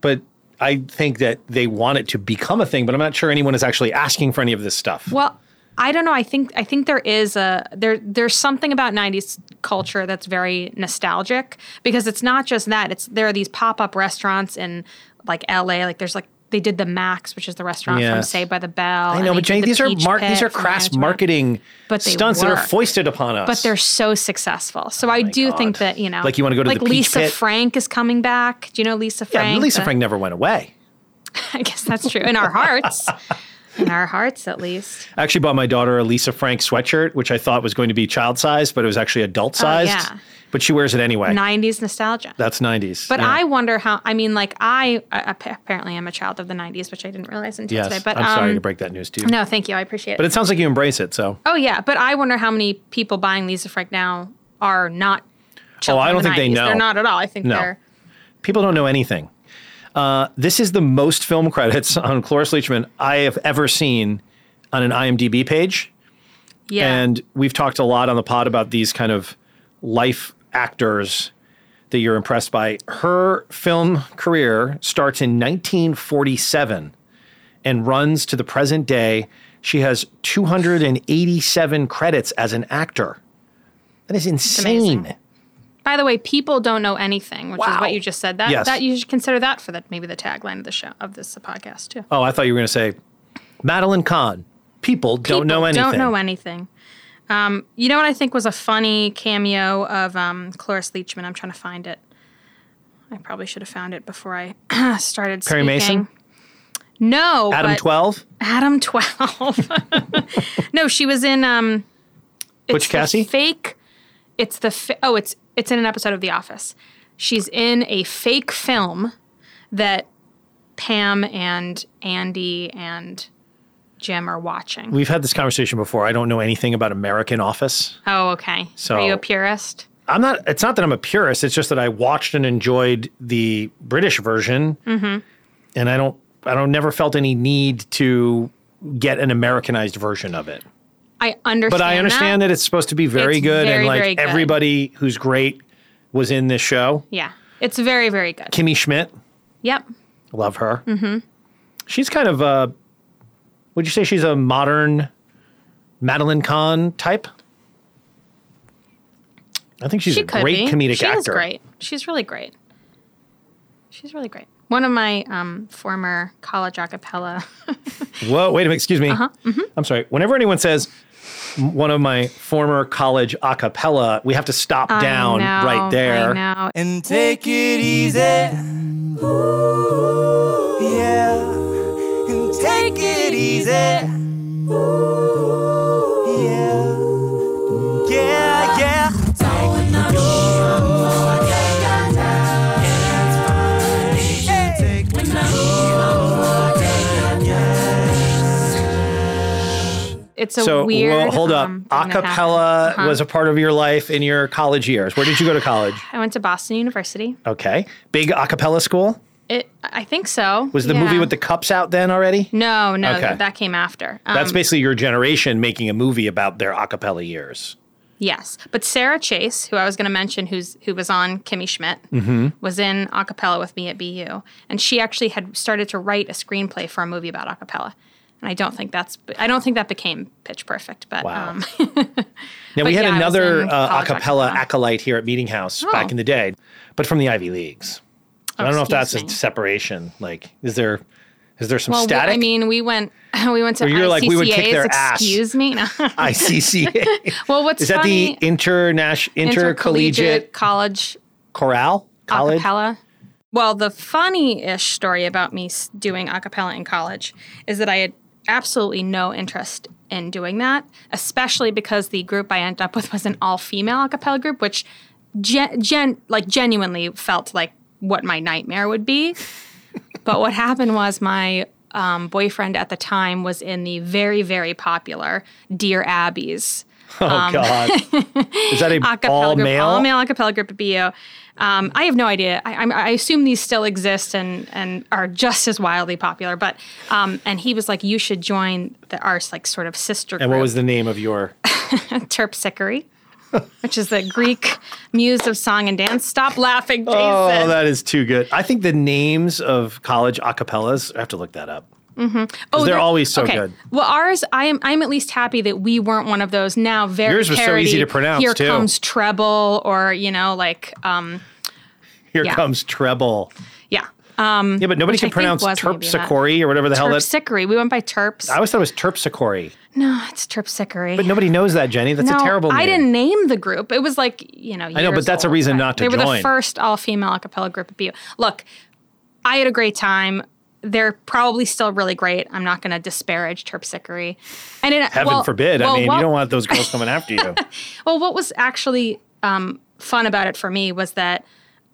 Speaker 1: But I think that they want it to become a thing, but I'm not sure anyone is actually asking for any of this stuff.
Speaker 2: Well, I don't know. I think I think there is a there there's something about 90s culture that's very nostalgic because it's not just that. It's there are these pop-up restaurants in like LA. Like there's like they did the Max, which is the restaurant from
Speaker 1: Yes.
Speaker 2: Say by the Bell.
Speaker 1: I
Speaker 2: and
Speaker 1: know,
Speaker 2: they
Speaker 1: but
Speaker 2: did
Speaker 1: Jenny,
Speaker 2: the
Speaker 1: these are
Speaker 2: Peach
Speaker 1: mar-
Speaker 2: Pit
Speaker 1: these are
Speaker 2: from
Speaker 1: crass
Speaker 2: Management.
Speaker 1: marketing
Speaker 2: But they
Speaker 1: stunts that are
Speaker 2: work.
Speaker 1: foisted upon us.
Speaker 2: But they're so successful. So I do think that, you know,
Speaker 1: Oh Like, you wanna go to
Speaker 2: like
Speaker 1: the Peach
Speaker 2: Lisa
Speaker 1: Pit?
Speaker 2: Frank is coming back. Do you know Lisa
Speaker 1: yeah,
Speaker 2: Frank?
Speaker 1: Lisa
Speaker 2: [LAUGHS] The-
Speaker 1: Frank never went away.
Speaker 2: I guess that's true. In our
Speaker 1: [LAUGHS]
Speaker 2: hearts. In our hearts at least.
Speaker 1: I actually bought my daughter a Lisa Frank sweatshirt, which I thought was going to be child sized, but it was actually adult sized.
Speaker 2: Oh, yeah.
Speaker 1: But she wears it anyway.
Speaker 2: 90s nostalgia.
Speaker 1: That's 90s.
Speaker 2: But
Speaker 1: yeah.
Speaker 2: I wonder how. I mean, like I uh, ap- apparently am a child of the '90s, which I didn't realize until
Speaker 1: Yes.
Speaker 2: today. But
Speaker 1: I'm sorry
Speaker 2: um,
Speaker 1: to break that news to you.
Speaker 2: No, thank you. I appreciate it.
Speaker 1: But it sounds like you embrace it, so.
Speaker 2: oh yeah, but I wonder how many people buying Lisa Frank now are not.
Speaker 1: Oh,
Speaker 2: children
Speaker 1: I
Speaker 2: of
Speaker 1: don't
Speaker 2: the
Speaker 1: think they
Speaker 2: 90s.
Speaker 1: know.
Speaker 2: They're not at all. I think
Speaker 1: No.
Speaker 2: they're.
Speaker 1: People don't know anything. Uh, this is the most film [LAUGHS] credits on Cloris Leachman I have ever seen on an IMDb page.
Speaker 2: Yeah.
Speaker 1: And we've talked a lot on the pod about these kind of life actors that you're impressed by. Her film career starts in 1947 and runs to the present day. She has 287 credits as an actor. That is insane.
Speaker 2: by the way, people don't know anything, which is
Speaker 1: Wow.
Speaker 2: what you just said. That
Speaker 1: Yes.
Speaker 2: that you should consider that for that maybe the tagline of the show of this podcast too.
Speaker 1: Oh, I thought you were going to say Madeline Kahn. People, don't know anything.
Speaker 2: Don't know anything. Um, you know what I think was a funny cameo of um, Cloris Leachman? I'm trying to find it. I [CLEARS THROAT] probably should have found it before I started
Speaker 1: Perry
Speaker 2: speaking.
Speaker 1: Mason?
Speaker 2: No.
Speaker 1: Adam
Speaker 2: Oh, but-
Speaker 1: 12?
Speaker 2: Adam 12. [LAUGHS] no, she was in um it's
Speaker 1: Butch
Speaker 2: the
Speaker 1: Cassidy?
Speaker 2: fake. It's the fa- Oh, it's it's in an episode of The Office. She's in a fake film that Pam and Andy and Jim are watching.
Speaker 1: We've had this conversation before. I don't know anything about American Office.
Speaker 2: Oh, okay.
Speaker 1: So-
Speaker 2: are you a purist?
Speaker 1: I'm not. It's not that I'm a purist. It's just that I watched and enjoyed the British version,
Speaker 2: Mhm.
Speaker 1: and I don't. I don't. Never felt any need to get an Americanized version of it.
Speaker 2: I understand.
Speaker 1: but I understand that. it's supposed to be very
Speaker 2: It's
Speaker 1: good,
Speaker 2: very,
Speaker 1: and like
Speaker 2: very good.
Speaker 1: everybody who's great was in this show.
Speaker 2: Yeah. It's very very good.
Speaker 1: Kimmy Schmidt,
Speaker 2: Yep.
Speaker 1: love her.
Speaker 2: Mhm.
Speaker 1: She's kind of a. Would you say she's a modern Madeline Kahn type? I think she's
Speaker 2: she
Speaker 1: a
Speaker 2: could be.
Speaker 1: great comedic
Speaker 2: she
Speaker 1: actor.
Speaker 2: She's great. She's really great. She's really great. One of my um, former college a cappella. [LAUGHS]
Speaker 1: Whoa, wait a minute. Excuse me.
Speaker 2: Uh-huh,
Speaker 1: I'm sorry. Whenever anyone says "M- one of my former college a cappella, we have to stop
Speaker 2: I
Speaker 1: down
Speaker 2: know,
Speaker 1: right there.
Speaker 2: I know.
Speaker 10: And take it easy. Yeah. And take it easy. Yeah. Yeah, yeah.
Speaker 2: It's a
Speaker 1: so,
Speaker 2: weird.
Speaker 1: well, hold up.
Speaker 2: um,
Speaker 1: a
Speaker 2: thing that
Speaker 1: cappella
Speaker 2: happened.
Speaker 1: was a
Speaker 2: Uh-huh.
Speaker 1: part of your life in your college years. Where did you go to college?
Speaker 2: I went to Boston University.
Speaker 1: Okay. Big a cappella school?
Speaker 2: It. I think so.
Speaker 1: Was the
Speaker 2: Yeah.
Speaker 1: movie with the cups out then already?
Speaker 2: No, no,
Speaker 1: Okay.
Speaker 2: th- that came after.
Speaker 1: That's
Speaker 2: Um,
Speaker 1: basically your generation making a movie about their a cappella years.
Speaker 2: Yes, but Sarah Chase, who I was going to mention, who's who was on Kimmy Schmidt,
Speaker 1: Mm-hmm.
Speaker 2: was in a cappella with me at BU, and she actually had started to write a screenplay for a movie about a cappella. And I don't think that's I don't think that became pitch perfect, but um,
Speaker 1: Now,
Speaker 2: But
Speaker 1: we had
Speaker 2: yeah, I was
Speaker 1: another
Speaker 2: in
Speaker 1: uh, a
Speaker 2: college
Speaker 1: cappella acolyte here at Meeting House
Speaker 2: Oh.
Speaker 1: back in the day, but from the Ivy Leagues.
Speaker 2: Oh,
Speaker 1: I don't know if that's
Speaker 2: excuse
Speaker 1: a separation. Like, is there is there some
Speaker 2: well, we-
Speaker 1: static?
Speaker 2: I mean, we went [LAUGHS] we went to
Speaker 1: Or you're like, we would kick
Speaker 2: ICCA's,
Speaker 1: their ass.
Speaker 2: Excuse me, [LAUGHS] no.
Speaker 1: ICCA.
Speaker 2: well, what's
Speaker 1: is that
Speaker 2: funny?
Speaker 1: the international intercollegiate
Speaker 2: college
Speaker 1: chorale?
Speaker 2: a
Speaker 1: College?
Speaker 2: cappella. Well, the funny-ish story about me s- doing a cappella in college is that I had absolutely no interest in doing that, especially because the group I ended up with was an all-female a cappella group, which gen, gen like genuinely felt like what my nightmare would
Speaker 1: [LAUGHS]
Speaker 2: be. but what happened was my um, boyfriend at the time was in the very, very popular Dear Abbeys.
Speaker 1: Oh
Speaker 2: um,
Speaker 1: God!
Speaker 2: [LAUGHS]
Speaker 1: Is that a
Speaker 2: a cappella
Speaker 1: all
Speaker 2: group,
Speaker 1: male?
Speaker 2: all male a cappella group at BU. Um, I have no idea. I, I'm- I assume these still exist and and are just as wildly popular. But um, and he was like, you should join the our like sort of sister
Speaker 1: And
Speaker 2: group,
Speaker 1: what was the name of
Speaker 2: [LAUGHS]
Speaker 1: your?
Speaker 2: Terpsichore, which is the Greek muse of song and dance. Stop laughing, Jason.
Speaker 1: Oh, that is too good. I think the names of college acapellas. I have to look that up.
Speaker 2: Mm-hmm.
Speaker 1: they're always so good.
Speaker 2: Well, ours, I am. I'm at least happy that we weren't one of those. Now, very
Speaker 1: Yours was so
Speaker 2: parody,
Speaker 1: easy to pronounce,
Speaker 2: Here
Speaker 1: too.
Speaker 2: comes treble, or you know, like, um,
Speaker 1: Here
Speaker 2: Yeah.
Speaker 1: comes treble.
Speaker 2: yeah, um,
Speaker 1: Yeah, but nobody
Speaker 2: which
Speaker 1: can
Speaker 2: I think
Speaker 1: pronounce
Speaker 2: was maybe that.
Speaker 1: terpsichore or whatever the hell that-
Speaker 2: Terpsichore. We went by terps.
Speaker 1: I always thought it was terpsichore,
Speaker 2: no, it's terpsichore.
Speaker 1: but nobody knows that, Jenny. That's
Speaker 2: no,
Speaker 1: a terrible.
Speaker 2: I
Speaker 1: name.
Speaker 2: didn't name the group. It was like you know.
Speaker 1: I know,
Speaker 2: years
Speaker 1: but that's a
Speaker 2: old.
Speaker 1: reason not to
Speaker 2: they were
Speaker 1: join.
Speaker 2: the first all-female a cappella group at BU. Look, I had a great time. They're probably still really great. I'm not going to disparage Terpsichore. And it,
Speaker 1: Heaven
Speaker 2: well-
Speaker 1: forbid.
Speaker 2: well,
Speaker 1: I mean,
Speaker 2: what-
Speaker 1: you don't want those
Speaker 2: [LAUGHS]
Speaker 1: girls coming after you.
Speaker 2: Well, what was actually um, fun about it for me was that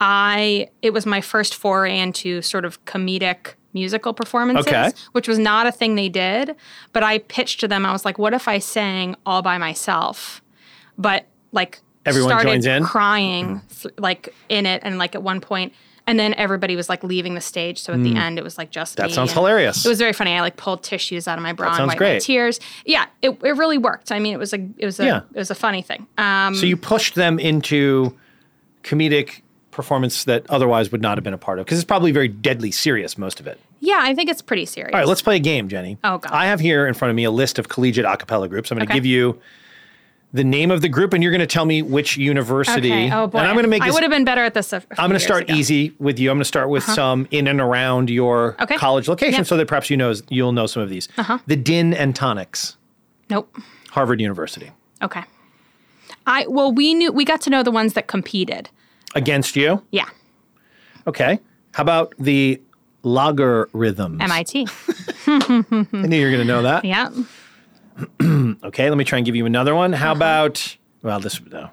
Speaker 2: I it was my first foray into sort of comedic musical performances,
Speaker 12: Okay.
Speaker 2: which was not a thing they did. But I pitched to them. I was like, "What if I sang all by myself?" But like
Speaker 1: Everyone
Speaker 2: started
Speaker 1: joins in? Hmm.
Speaker 2: crying th- like in it, and like at one point. And then everybody was like leaving the stage. So at the
Speaker 1: Mm.
Speaker 2: end, it was like just
Speaker 1: That
Speaker 2: me,
Speaker 1: sounds
Speaker 2: and
Speaker 1: hilarious.
Speaker 2: It was very funny. I like pulled tissues out of my bra
Speaker 1: sounds
Speaker 2: and wiped my
Speaker 1: great.
Speaker 2: tears. Yeah, it, it really worked. I mean, it was a it was a
Speaker 1: Yeah.
Speaker 2: it was a funny thing. Um,
Speaker 1: so you pushed them into comedic performance that otherwise would not have been a part of because it's probably very deadly serious most of it.
Speaker 2: Yeah, I think it's pretty serious.
Speaker 1: All right, let's play a game, Jenny.
Speaker 2: Oh, God.
Speaker 1: I have here in front of me a list of collegiate a cappella groups. I'm going to
Speaker 2: Okay.
Speaker 1: give you the name of the group, and you're going to tell me which university.
Speaker 2: Okay. Oh boy.
Speaker 1: And I'm going to make
Speaker 2: I
Speaker 1: this.
Speaker 2: would have been better at this. i
Speaker 1: I'm going to start E- easy with you. I'm going to start with
Speaker 2: Uh-huh.
Speaker 1: some in and around your
Speaker 2: Okay.
Speaker 1: college location,
Speaker 2: Yep.
Speaker 1: so that perhaps you knows you'll know some of these.
Speaker 2: Uh-huh.
Speaker 1: The Din and Tonics,
Speaker 2: Nope.
Speaker 1: Harvard University.
Speaker 2: Okay. I well, we knew we got to know the ones that competed.
Speaker 1: Against you,
Speaker 2: Yeah.
Speaker 1: okay. How about the Lager Rhythms? [LAUGHS]
Speaker 2: MIT.
Speaker 1: I knew you were going to know
Speaker 2: [LAUGHS]
Speaker 1: that.
Speaker 2: Yeah.
Speaker 1: okay, let me try and give you another one. How
Speaker 2: Uh-huh.
Speaker 1: about, well, this, no.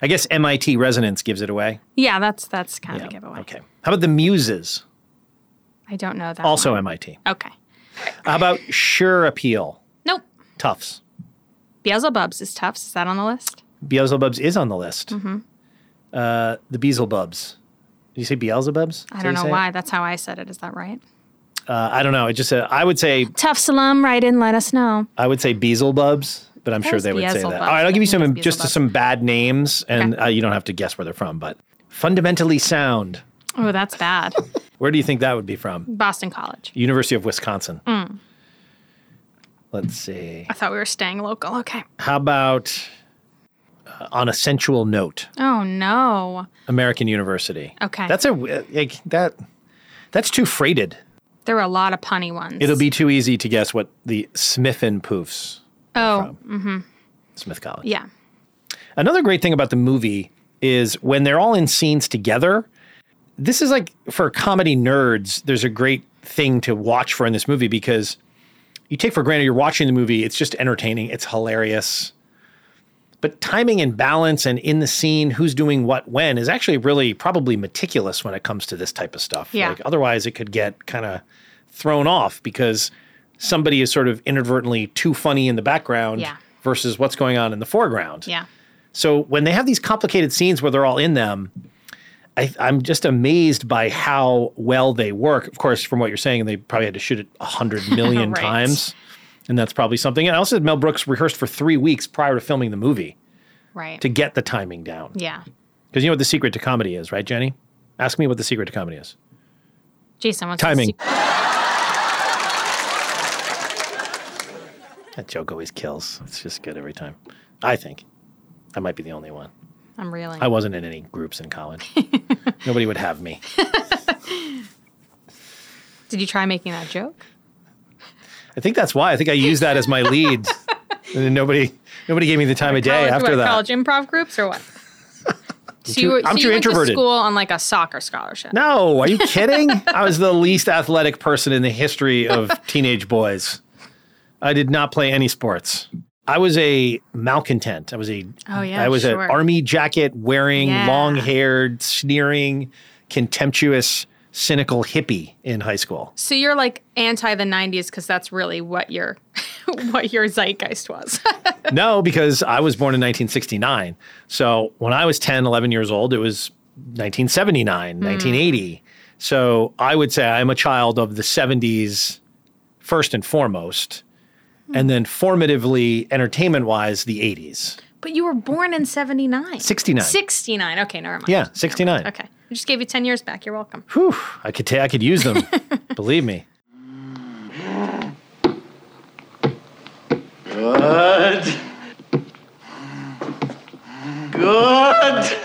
Speaker 1: I guess MIT Resonance gives it away.
Speaker 2: Yeah, that's that's kind of a giveaway.
Speaker 1: Okay. How about the Muses?
Speaker 2: I don't know that.
Speaker 1: also
Speaker 2: one.
Speaker 1: MIT.
Speaker 2: Okay.
Speaker 1: How about Sure Appeal?
Speaker 2: Nope.
Speaker 1: Tufts.
Speaker 2: Beelzebubs is Tufts. Is that on the list?
Speaker 1: Beelzebubs is on the list.
Speaker 2: Mm-hmm.
Speaker 1: Uh, the Beelzebubs. Did you say Beelzebubs?
Speaker 2: I
Speaker 1: Is that
Speaker 2: don't
Speaker 1: you
Speaker 2: know
Speaker 1: say it?
Speaker 2: why. That's how I said it. Is that right?
Speaker 1: Uh, I don't know. It just uh, I would say
Speaker 2: Tufts alum, write in, let us know.
Speaker 1: I would say Beelzebubs, but I'm
Speaker 2: That
Speaker 1: sure
Speaker 2: was
Speaker 1: they would say that.
Speaker 2: Beelzebubs.
Speaker 1: All right, I'll give you some just
Speaker 2: Beelzebubs.
Speaker 1: some bad names, and uh, you don't have to guess where they're from. But fundamentally sound.
Speaker 2: Oh, that's
Speaker 1: [LAUGHS]
Speaker 2: bad.
Speaker 1: Where do you think that would be from?
Speaker 2: Boston College.
Speaker 1: University of Wisconsin.
Speaker 2: Mm.
Speaker 1: Let's see.
Speaker 2: I thought we were staying local. Okay.
Speaker 1: How about uh, on a sensual note?
Speaker 2: Oh no.
Speaker 1: American University.
Speaker 2: Okay.
Speaker 1: That's a uh, like that. That's too freighted.
Speaker 2: There were a lot of punny ones.
Speaker 1: It'll be too easy to guess what the Smith and Poofs,
Speaker 2: Oh. Mm-hmm.
Speaker 1: Smith College.
Speaker 2: Yeah.
Speaker 1: Another great thing about the movie is when they're all in scenes together. This is like for comedy nerds. There's a great thing to watch for in this movie because you take for granted you're watching the movie. It's just entertaining. It's hilarious. But timing and balance and in the scene, who's doing what when is actually really probably meticulous when it comes to this type of stuff.
Speaker 2: Yeah.
Speaker 1: Like otherwise, it could get kind of thrown off because somebody is sort of inadvertently too funny in the background
Speaker 2: Yeah.
Speaker 1: versus what's going on in the foreground.
Speaker 2: Yeah.
Speaker 1: So when they have these complicated scenes where they're all in them, I, I'm just amazed by how well they work. Of course, from what you're saying, they probably had to shoot it
Speaker 2: [LAUGHS]
Speaker 1: a hundred million
Speaker 2: Right.
Speaker 1: times, and that's probably something. And I also said Mel Brooks rehearsed for three weeks prior to filming the movie
Speaker 2: Right.
Speaker 1: to get the timing down.
Speaker 2: yeah.
Speaker 1: Because you know what the secret to comedy is, right, Jenny? Ask me what the secret to comedy is.
Speaker 2: Jason wants
Speaker 1: Timing.
Speaker 2: To see-
Speaker 1: That joke always kills. It's just good every time. I think I might be the only one.
Speaker 2: I'm reeling.
Speaker 1: I wasn't in any groups in college. [LAUGHS] Nobody would have me.
Speaker 2: Did you try making that joke?
Speaker 1: I think that's why. I think I used that as my
Speaker 2: [LAUGHS]
Speaker 1: lead. and then nobody nobody gave me the time of day
Speaker 2: college,
Speaker 1: after
Speaker 2: what,
Speaker 1: that.
Speaker 2: college improv groups or what? so
Speaker 1: too-
Speaker 2: you, so
Speaker 1: I'm
Speaker 2: you
Speaker 1: too
Speaker 2: went
Speaker 1: introverted.
Speaker 2: to school on like a soccer scholarship.
Speaker 1: No, are you kidding? I was the least athletic person in the history
Speaker 2: [LAUGHS]
Speaker 1: of teenage boys. I did not play any sports. I was a malcontent. I was a
Speaker 2: Oh, yeah,
Speaker 1: I was an
Speaker 2: sure.
Speaker 1: army jacket wearing,
Speaker 2: Yeah.
Speaker 1: long haired, sneering, contemptuous, cynical hippie in high school.
Speaker 2: So you're like anti the '90s because that's really what your [LAUGHS] what your zeitgeist was. [LAUGHS]
Speaker 1: no, because I was born in 1969. So when I was 10, 11 years old, it was 1979,
Speaker 2: Hmm.
Speaker 1: 1980. So I would say I'm a child of the 70s first and foremost,
Speaker 2: Hmm.
Speaker 1: and then formatively, entertainment wise, the 80s.
Speaker 2: but you were born in '79.
Speaker 1: 69.
Speaker 2: 69. Okay, never mind.
Speaker 1: Yeah, 69.
Speaker 2: Okay, I just gave you 10 years back. You're welcome.
Speaker 1: Whew, I could, ta- I could
Speaker 2: [LAUGHS]
Speaker 1: use them. Believe me.
Speaker 9: Good. Good.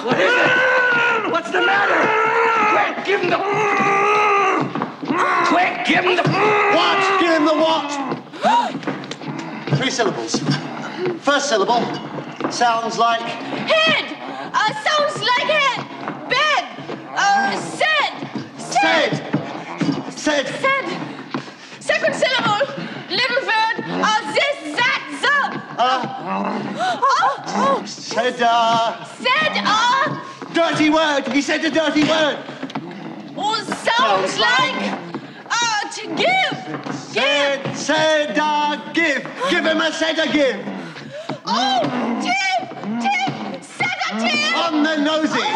Speaker 9: What is it? What's the matter? Quick, give him the. Quick, give him the. What? Give him the what?
Speaker 25: [GASPS] Three syllables. First syllable sounds like
Speaker 10: Head! Uh, sounds like head! Bed! Uh, said! Said!
Speaker 25: Said!
Speaker 10: Said! Second syllable! Little bird! Uh, this, that, the! Uh, oh,
Speaker 25: said uh,
Speaker 10: said, uh,
Speaker 25: dirty word. He said a dirty word.
Speaker 10: oh, sounds like, uh, to give!
Speaker 25: Said said uh, give. Give him a said a give.
Speaker 10: Oh, tip, tip, said a tip!
Speaker 25: On the nosy.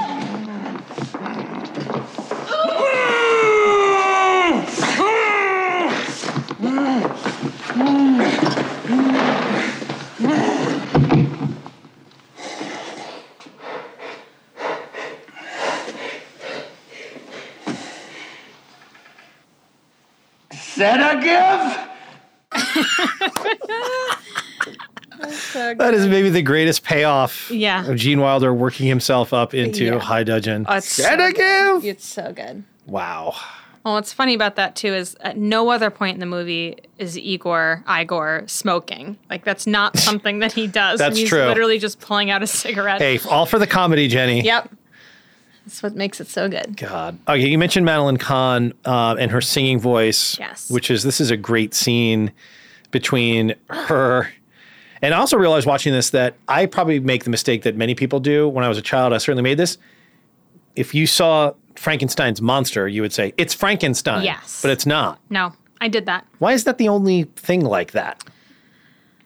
Speaker 9: Said I give?
Speaker 1: That is maybe the greatest payoff
Speaker 2: Yeah.
Speaker 1: of Gene Wilder working himself up into
Speaker 2: Yeah.
Speaker 1: high dudgeon.
Speaker 2: Oh, it's
Speaker 1: Said
Speaker 2: so
Speaker 1: I give.
Speaker 2: good. It's so good.
Speaker 1: Wow.
Speaker 2: Well, what's funny about that too is at no other point in the movie is Igor Igor smoking. Like that's
Speaker 1: [LAUGHS]
Speaker 2: not something that he does.
Speaker 1: That's
Speaker 2: he's
Speaker 1: true.
Speaker 2: Literally just pulling out a cigarette.
Speaker 1: Hey, all for the comedy, Jenny.
Speaker 2: Yep. That's what makes it so good.
Speaker 1: God. Okay, you mentioned Madeline Kahn uh, and her singing voice.
Speaker 2: Yes.
Speaker 1: Which is this is a great scene between her. And I also realized watching this that I probably make the mistake that many people do. When I was a child, I certainly made this. If you saw Frankenstein's monster, you would say it's Frankenstein.
Speaker 2: Yes.
Speaker 1: But it's not.
Speaker 2: No, I did that.
Speaker 1: Why is that the only thing like that?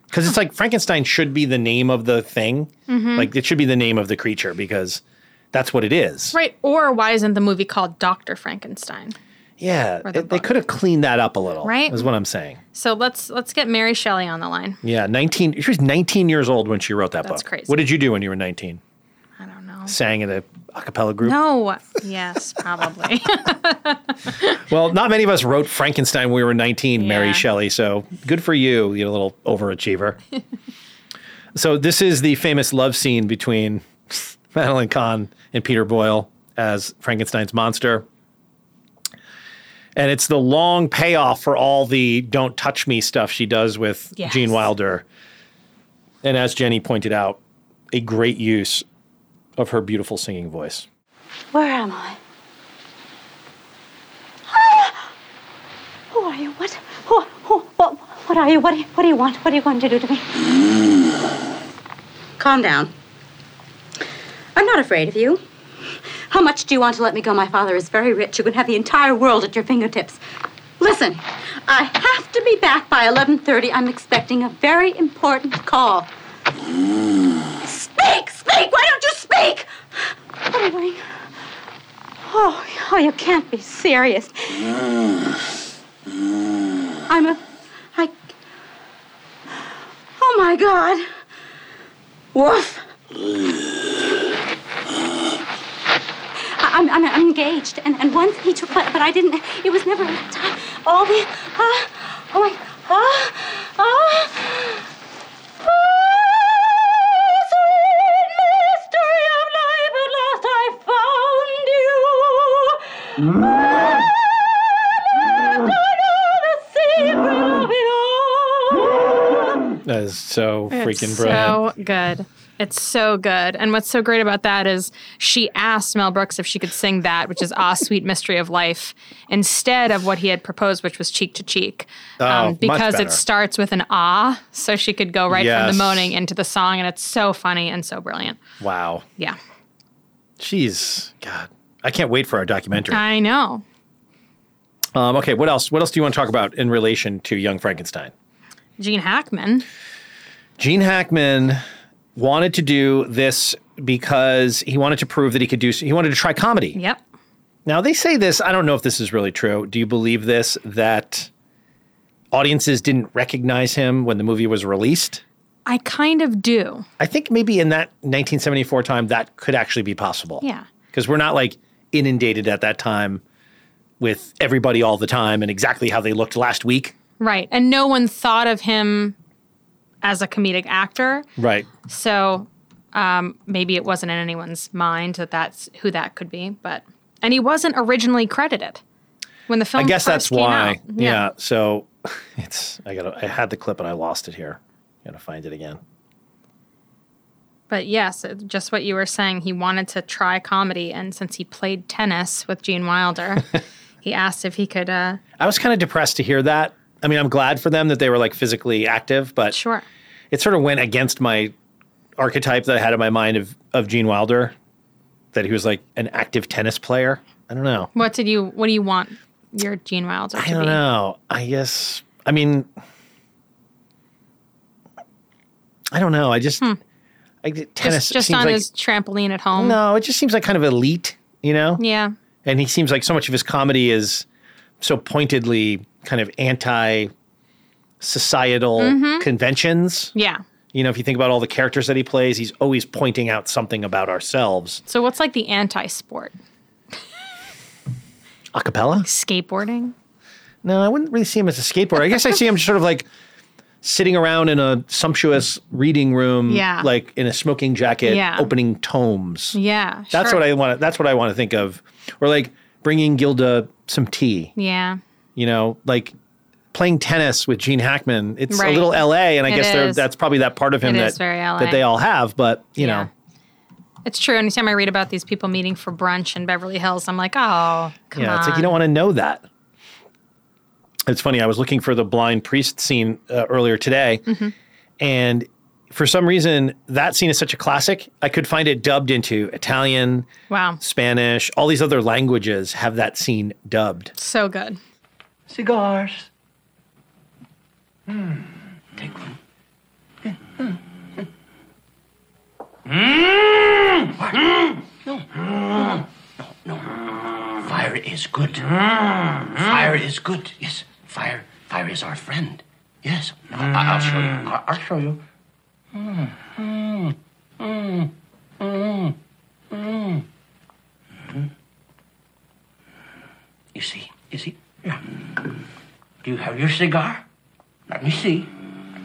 Speaker 1: Because it's like Frankenstein should be the name of the thing.
Speaker 2: Mhm.
Speaker 1: Like it should be the name of the creature because that's what it is.
Speaker 2: Right. Or why isn't the movie called Dr. Frankenstein?
Speaker 1: Yeah.
Speaker 2: Or the
Speaker 1: They, they could have cleaned that up a little.
Speaker 2: Right?
Speaker 1: Is what I'm saying.
Speaker 2: So let's let's get Mary Shelley on the line.
Speaker 1: Yeah. 19. She was 19 years old when she wrote that
Speaker 2: That's
Speaker 1: book.
Speaker 2: crazy.
Speaker 1: What did you do when you were 19?
Speaker 2: I don't know.
Speaker 1: Sang in a a cappella group.
Speaker 2: No. Yes, probably.
Speaker 1: Well, not many of us wrote Frankenstein when we were 19,
Speaker 2: Yeah.
Speaker 1: Mary Shelley. So good for you, you little
Speaker 2: [LAUGHS]
Speaker 1: overachiever. so this is the famous love scene between Madeline Kahn and Peter Boyle as Frankenstein's monster. And it's the long payoff for all the don't touch me stuff she does with
Speaker 12: Yes.
Speaker 1: Gene Wilder. And as Jenny pointed out, a great use of her beautiful singing voice.
Speaker 11: Where am I? Ah! Who are you? What? Who? Who? What? What are you? What do you? What do you want? What are you going to do to me? Calm down. I'm not afraid of you. How much do you want to let me go? My father is very rich. You can have the entire world at your fingertips. Listen, I have to be back by 11:30. I'm expecting a very important call. Speak, speak. Why don't you speak? What am I? Oh, oh, you can't be serious. I'm a. I. Oh my God. Woof. I- I'm, I'm, I'm engaged, and, and once he took, but, but I didn't. It was never enough time. All the. ah, oh my. ah, ah. Mystery of life, at last I found you.
Speaker 1: That is so freaking
Speaker 2: it's
Speaker 1: brilliant.
Speaker 2: So good. It's so good. And what's so great about that is she asked Mel Brooks if she could sing that, which is Ah [LAUGHS] Sweet Mystery of Life, instead of what he had proposed, which was Cheek to Cheek. Um,
Speaker 1: Oh, much
Speaker 2: because
Speaker 1: better.
Speaker 2: it starts with an ah, so she could go right from
Speaker 1: Yes.
Speaker 2: the moaning into the song. And it's so funny and so brilliant.
Speaker 1: Wow.
Speaker 2: Yeah.
Speaker 1: Jeez, God, I can't wait for our documentary.
Speaker 2: I know.
Speaker 1: Um, okay, what else? What else do you want to talk about in relation to Young Frankenstein?
Speaker 2: Gene Hackman.
Speaker 1: Gene Hackman wanted to do this because he wanted to prove that he could do. He wanted to try comedy.
Speaker 2: Yep.
Speaker 1: Now they say this. I don't know if this is really true. Do you believe this? That audiences didn't recognize him when the movie was released.
Speaker 2: I kind of do.
Speaker 1: I think maybe in that 1974 time, that could actually be possible.
Speaker 2: Yeah.
Speaker 1: because we're not like inundated at that time with everybody all the time and exactly how they looked last week.
Speaker 2: Right. And no one thought of him as a comedic actor.
Speaker 1: Right.
Speaker 2: So um, maybe it wasn't in anyone's mind that that's who that could be. But and he wasn't originally credited when the film.
Speaker 1: I guess
Speaker 2: first
Speaker 1: that's
Speaker 2: came
Speaker 1: why.
Speaker 2: out.
Speaker 1: Yeah. So [LAUGHS] it's I got to I had the clip and I lost it here. Gotta find it again.
Speaker 2: But yes, it- just what you were saying. He wanted to try comedy, and since he played tennis with Gene
Speaker 1: [LAUGHS]
Speaker 2: Wilder, he asked if he could. Uh,
Speaker 1: I was kind of depressed to hear that. I mean, I'm glad for them that they were like physically active, but
Speaker 2: sure.
Speaker 1: it sort of went against my archetype that I had in my mind of of Gene Wilder, that he was like an active tennis player. I don't know.
Speaker 2: What did you? What do you want your Gene Wilder to
Speaker 1: I don't
Speaker 2: be?
Speaker 1: know. I guess. I mean, I don't know. I just I, tennis
Speaker 2: Hmm. just, just
Speaker 1: seems
Speaker 2: on
Speaker 1: like
Speaker 2: his trampoline at home.
Speaker 1: no. It just seems like kind of elite, you know.
Speaker 2: Yeah.
Speaker 1: and he seems like so much of his comedy is so pointedly kind of anti societal
Speaker 2: Mhm.
Speaker 1: conventions.
Speaker 2: Yeah.
Speaker 1: You know, if you think about all the characters that he plays, he's always pointing out something about ourselves.
Speaker 2: So what's like the anti-sport?
Speaker 1: A cappella?
Speaker 2: Skateboarding.
Speaker 1: No, I wouldn't really see him as a skateboarder. I guess I see him sort of like sitting around in a sumptuous reading room,
Speaker 2: Yeah.
Speaker 1: like in a smoking jacket,
Speaker 2: Yeah.
Speaker 1: opening tomes.
Speaker 2: Yeah.
Speaker 1: That's
Speaker 2: sure.
Speaker 1: what I want. That's what I want to think of, or like bringing Gilda some tea.
Speaker 2: Yeah.
Speaker 1: you know, like playing tennis with Gene Hackman. It's
Speaker 2: Right.
Speaker 1: a little LA, and I
Speaker 2: It
Speaker 1: guess they're,
Speaker 2: is.
Speaker 1: that's probably that part of him
Speaker 2: It
Speaker 1: that
Speaker 2: is very LA.
Speaker 1: that they all have. But you know,
Speaker 2: It's true. Anytime I read about these people meeting for brunch in Beverly Hills, I'm like, oh, come
Speaker 1: yeah,
Speaker 2: on.
Speaker 1: it's like you don't want to know that. It's funny. I was looking for the blind priest scene uh, earlier today,
Speaker 2: Mhm.
Speaker 1: and for some reason, that scene is such a classic. I could find it dubbed into Italian,
Speaker 2: Wow.
Speaker 1: Spanish, all these other languages have that scene dubbed.
Speaker 2: So good.
Speaker 9: Cigars. Hmm. Take one. Mmm. No. No. No. Fire is good. Fire is good. Yes. Fire. Fire is our friend. Yes. I- I'll show you. I- I'll show you. Mm. Mm. Mm. Mm. Mm. Mhm. You see? You see? Yeah. Do you have your cigar? Let me see.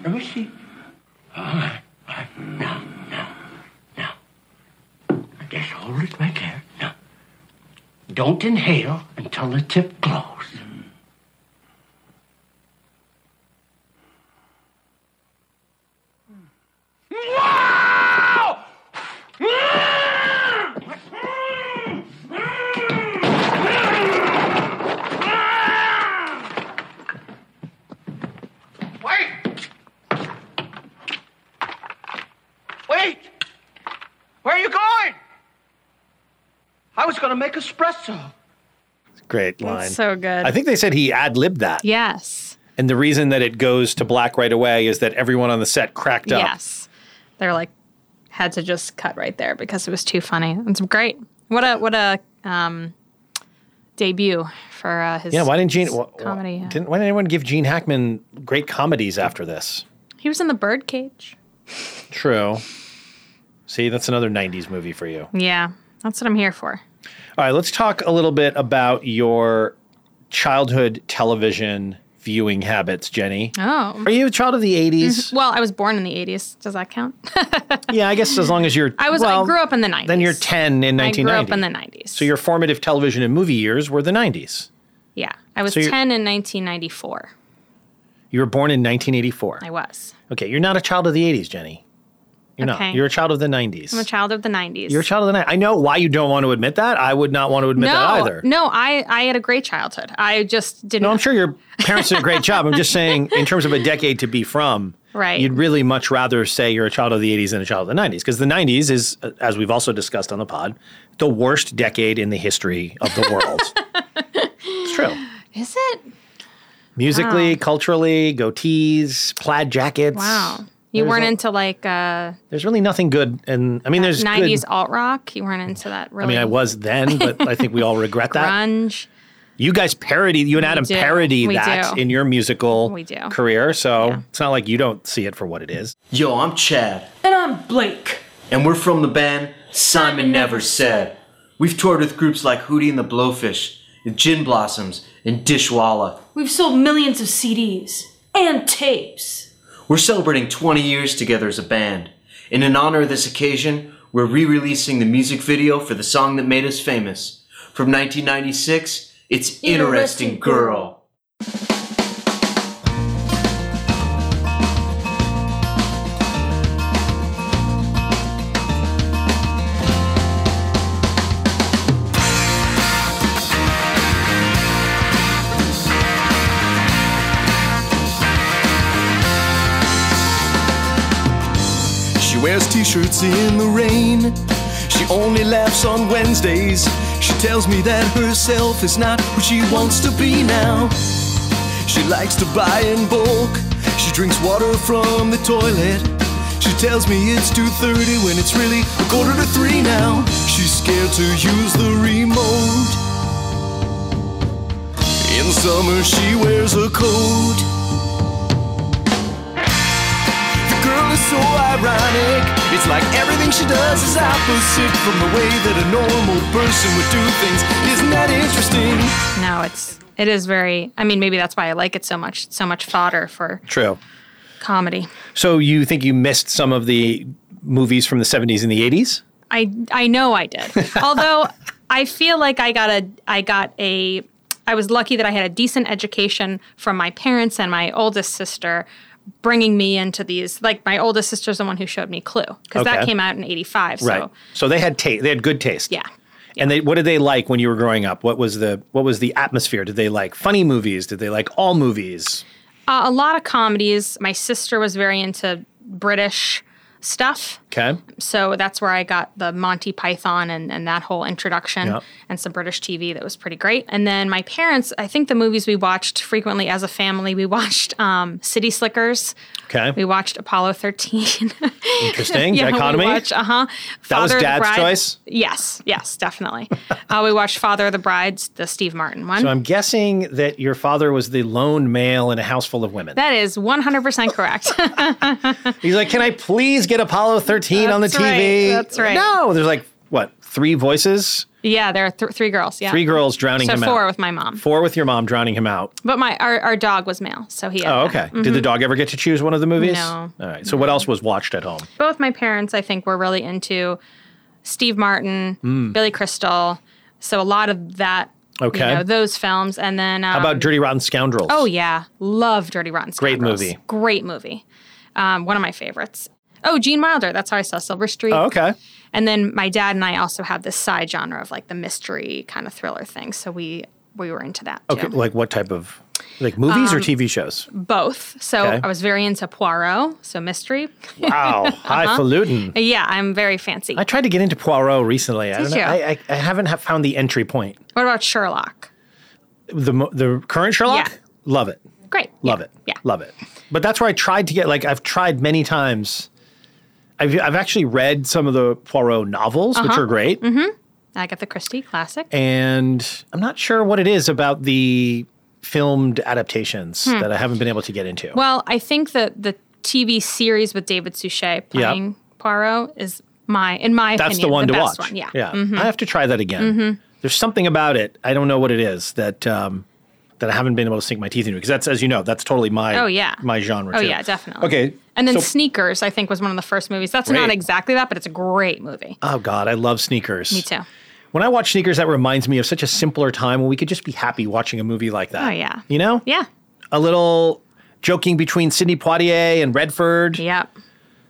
Speaker 9: Let me see. All right. All right. Now, now, now. Just hold it right there. Now. Don't inhale until the tip glows.
Speaker 26: Wait!
Speaker 9: Wait! Where are you going? I was going to make espresso.
Speaker 1: Great
Speaker 9: That's
Speaker 1: line.
Speaker 2: so good.
Speaker 1: I think they said he ad libbed that.
Speaker 2: Yes.
Speaker 1: And the reason that it goes to black right away is that everyone on the set cracked up.
Speaker 2: Yes. They're like had to just cut right there because it was too funny. It's great. What a what a um debut for uh, his
Speaker 1: yeah, why didn't Gene
Speaker 2: his
Speaker 1: wh- wh-
Speaker 2: comedy? yeah.
Speaker 1: Didn't why didn't anyone give Gene Hackman great comedies after this?
Speaker 2: He was in the birdcage.
Speaker 1: True. See, that's another '90s movie for you.
Speaker 2: Yeah. That's what I'm here for.
Speaker 1: All right, let's talk a little bit about your childhood television viewing habits, Jenny.
Speaker 2: Oh. Mm-hmm.
Speaker 1: Are you a child of the
Speaker 2: [LAUGHS]
Speaker 1: 80s?
Speaker 2: Well, I was born in the 80s. Does that count?
Speaker 1: yeah, I guess as long as you're
Speaker 2: I was
Speaker 1: well,
Speaker 2: I grew up in the 90s.
Speaker 1: Then you're 10 in
Speaker 2: I
Speaker 1: 1990.
Speaker 2: grew up in the 90s.
Speaker 1: So your formative television and movie years were the 90s.
Speaker 2: Yeah. I was
Speaker 1: So
Speaker 2: 10
Speaker 1: you're-
Speaker 2: in 1994.
Speaker 1: You were born in 1984.
Speaker 2: I was.
Speaker 1: Okay, you're not a child of the 80s, Jenny. You're
Speaker 2: Okay.
Speaker 1: not. You're a child of the 90s.
Speaker 2: I'm a child of the 90s.
Speaker 1: You're a child of the 90s. I know why you don't want to admit that. I would not want to admit
Speaker 2: no,
Speaker 1: that either.
Speaker 2: No, I, I had a great childhood. I just didn't.
Speaker 1: No, I'm sure your parents did a great job. I'm just saying, in terms of a decade to be from,
Speaker 2: Right.
Speaker 1: you'd really much rather say you're a child of the 80s than a child of the 90s, because the 90s is, uh, as we've also discussed on the pod, the worst decade in the history of the
Speaker 2: [LAUGHS]
Speaker 1: world. it's true.
Speaker 2: Is it?
Speaker 1: Musically, culturally, goatees, plaid jackets.
Speaker 2: Wow. You
Speaker 1: There's
Speaker 2: weren't
Speaker 1: a-
Speaker 2: into like uh,
Speaker 1: There's really nothing good. And I mean, there's
Speaker 2: 90s
Speaker 1: Good,
Speaker 2: alt rock. You weren't into that
Speaker 1: I
Speaker 2: really.
Speaker 1: mean, I was then, but I think we all regret that.
Speaker 2: grunge.
Speaker 1: You guys parody, you and Adam
Speaker 2: do.
Speaker 1: parody
Speaker 2: We
Speaker 1: that
Speaker 2: do.
Speaker 1: in your musical
Speaker 2: We do.
Speaker 1: career. So it's not like you don't see it for what it is.
Speaker 13: Yo, I'm Chad,
Speaker 10: And I'm Blake.
Speaker 13: and we're from the band Simon Never Said. We've toured with groups like Hootie and the Blowfish, the Gin Blossoms, and Dishwalla.
Speaker 10: We've sold millions of CDs and tapes.
Speaker 13: We're celebrating 20 years together as a band. And in honor of this occasion, we're re releasing the music video for the song that made us famous. From 1996, it's Interesting,
Speaker 10: Interesting
Speaker 13: Girl.
Speaker 27: She wears t shirts in the rain. She only laughs on Wednesdays. She tells me that herself is not who she wants to be now. She likes to buy in bulk. She drinks water from the toilet. She tells me it's 2:30 when it's really a quarter to 3 now. She's scared to use the remote. In summer she wears a coat. The girl is so ironic. It's like everything she does is opposite from the way that a normal person would do things. Isn't that interesting?
Speaker 2: No, it's it is very. I mean, maybe that's why I like it so much. So much fodder for
Speaker 1: True.
Speaker 2: comedy.
Speaker 1: So you think you missed some of the movies from the 70s and the 80s?
Speaker 2: I I know I
Speaker 1: [LAUGHS]
Speaker 2: did. Although I feel like I got a I got a I was lucky that I had a decent education from my parents and my oldest sister, bringing me into these. Like my oldest sister's the one who showed me Clue because that
Speaker 1: Okay.
Speaker 2: came out in '85. So
Speaker 1: Right. So they had taste. They had good taste.
Speaker 2: yeah,
Speaker 1: And they, what did they like when you were growing up? What was the what was the atmosphere? Did they like funny movies? Did they like all movies?
Speaker 2: uh, a lot of comedies. My sister was very into British stuff.
Speaker 1: Okay.
Speaker 2: So that's where I got the Monty Python and, and that whole introduction
Speaker 1: Yeah.
Speaker 2: and some British TV that was pretty great. And then my parents, I think the movies we watched frequently as a family, we watched um, City Slickers.
Speaker 1: Okay.
Speaker 2: We watched Apollo [LAUGHS] 13.
Speaker 1: Interesting.
Speaker 2: yeah,
Speaker 1: Dichotomy.
Speaker 2: We watch, uh-huh.
Speaker 1: That was
Speaker 2: Father of the
Speaker 1: Dad's
Speaker 2: Bride-
Speaker 1: choice?
Speaker 2: Yes, yes, definitely. uh, we watched Father of the Bride's, the Steve Martin one.
Speaker 1: So I'm guessing that your father was the lone male in a house full
Speaker 2: [LAUGHS]
Speaker 1: of women.
Speaker 2: that is 100% correct. [LAUGHS]
Speaker 1: He's like, "Can I please get Apollo 13 on the
Speaker 2: That's right,
Speaker 1: TV?"
Speaker 2: that's right.
Speaker 1: No, there's like what three voices,
Speaker 2: yeah, there are th- three girls. Yeah.
Speaker 1: three girls drowning
Speaker 2: so
Speaker 1: him
Speaker 2: four
Speaker 1: out.
Speaker 2: with my mom.
Speaker 1: Four with your mom drowning him out.
Speaker 2: But my our, our dog was male, so he. had
Speaker 1: Oh,
Speaker 2: that.
Speaker 1: okay.
Speaker 2: Mhm.
Speaker 1: Did the dog ever get to choose one of the movies?
Speaker 2: No.
Speaker 1: All right. So what else was watched at home?
Speaker 2: both my parents, I think, were really into Steve Martin,
Speaker 1: Mm.
Speaker 2: Billy Crystal. So a lot of that,
Speaker 1: Okay.
Speaker 2: you know, those films. And then, um,
Speaker 1: How about Dirty Rotten Scoundrels?
Speaker 2: Oh yeah, love Dirty Rotten
Speaker 1: Great
Speaker 2: Scoundrels.
Speaker 1: movie.
Speaker 2: Great movie. Um, one of my favorites. Oh, Gene Wilder. That's how I saw Silver Street.
Speaker 1: Oh, okay.
Speaker 2: And then my dad and I also have this side genre of like the mystery kind of thriller thing. So we we were into that too.
Speaker 1: Okay. Like what type of like movies or
Speaker 2: Um,
Speaker 1: TV shows?
Speaker 2: Both. So
Speaker 1: Okay.
Speaker 2: I was very into Poirot, so mystery. [LAUGHS] Uh-huh.
Speaker 1: Wow, highfalutin.
Speaker 2: Yeah, I'm very fancy.
Speaker 1: I tried to get into Poirot recently. I,
Speaker 2: Did
Speaker 1: don't know.
Speaker 2: you?
Speaker 1: I, I, I haven't ha- found the entry point.
Speaker 2: What about Sherlock?
Speaker 1: The mo- the current Sherlock,
Speaker 2: Yeah.
Speaker 1: love it,
Speaker 2: Great.
Speaker 1: love it,
Speaker 2: yeah.
Speaker 1: love it. But that's where I tried to get. Like I've tried many times. I've I've actually read some of the Poirot novels, which
Speaker 2: Uh-huh.
Speaker 1: are great.
Speaker 2: Mm-hmm. Agatha Christie, classic.
Speaker 1: and I'm not sure what it is about the filmed adaptations
Speaker 2: Hmm.
Speaker 1: that I haven't been able to get into.
Speaker 2: Well, I think that the TV series with David Suchet playing Poirot is my, in my
Speaker 1: That's
Speaker 2: opinion,
Speaker 1: the one to
Speaker 2: best
Speaker 1: watch.
Speaker 2: one. Yeah,
Speaker 1: yeah.
Speaker 2: Mhm.
Speaker 1: I have to try that again.
Speaker 2: Mhm.
Speaker 1: There's something about it. I don't know what it is that um, that I haven't been able to sink my teeth into because that's, as you know, that's totally my
Speaker 2: Oh, yeah.
Speaker 1: my genre.
Speaker 2: Oh,
Speaker 1: too.
Speaker 2: yeah, definitely.
Speaker 1: Okay,
Speaker 2: And then
Speaker 1: so-
Speaker 2: Sneakers, I think, was one of the first movies. That's not
Speaker 1: Great.
Speaker 2: exactly that, but it's a great movie.
Speaker 1: oh god, I love sneakers.
Speaker 2: Me too.
Speaker 1: When I watch sneakers, that reminds me of such a simpler time when we could just be happy watching a movie like that.
Speaker 2: Oh, yeah.
Speaker 1: You know?
Speaker 2: Yeah.
Speaker 1: A little joking between Sidney Poitier and Redford.
Speaker 2: Yep.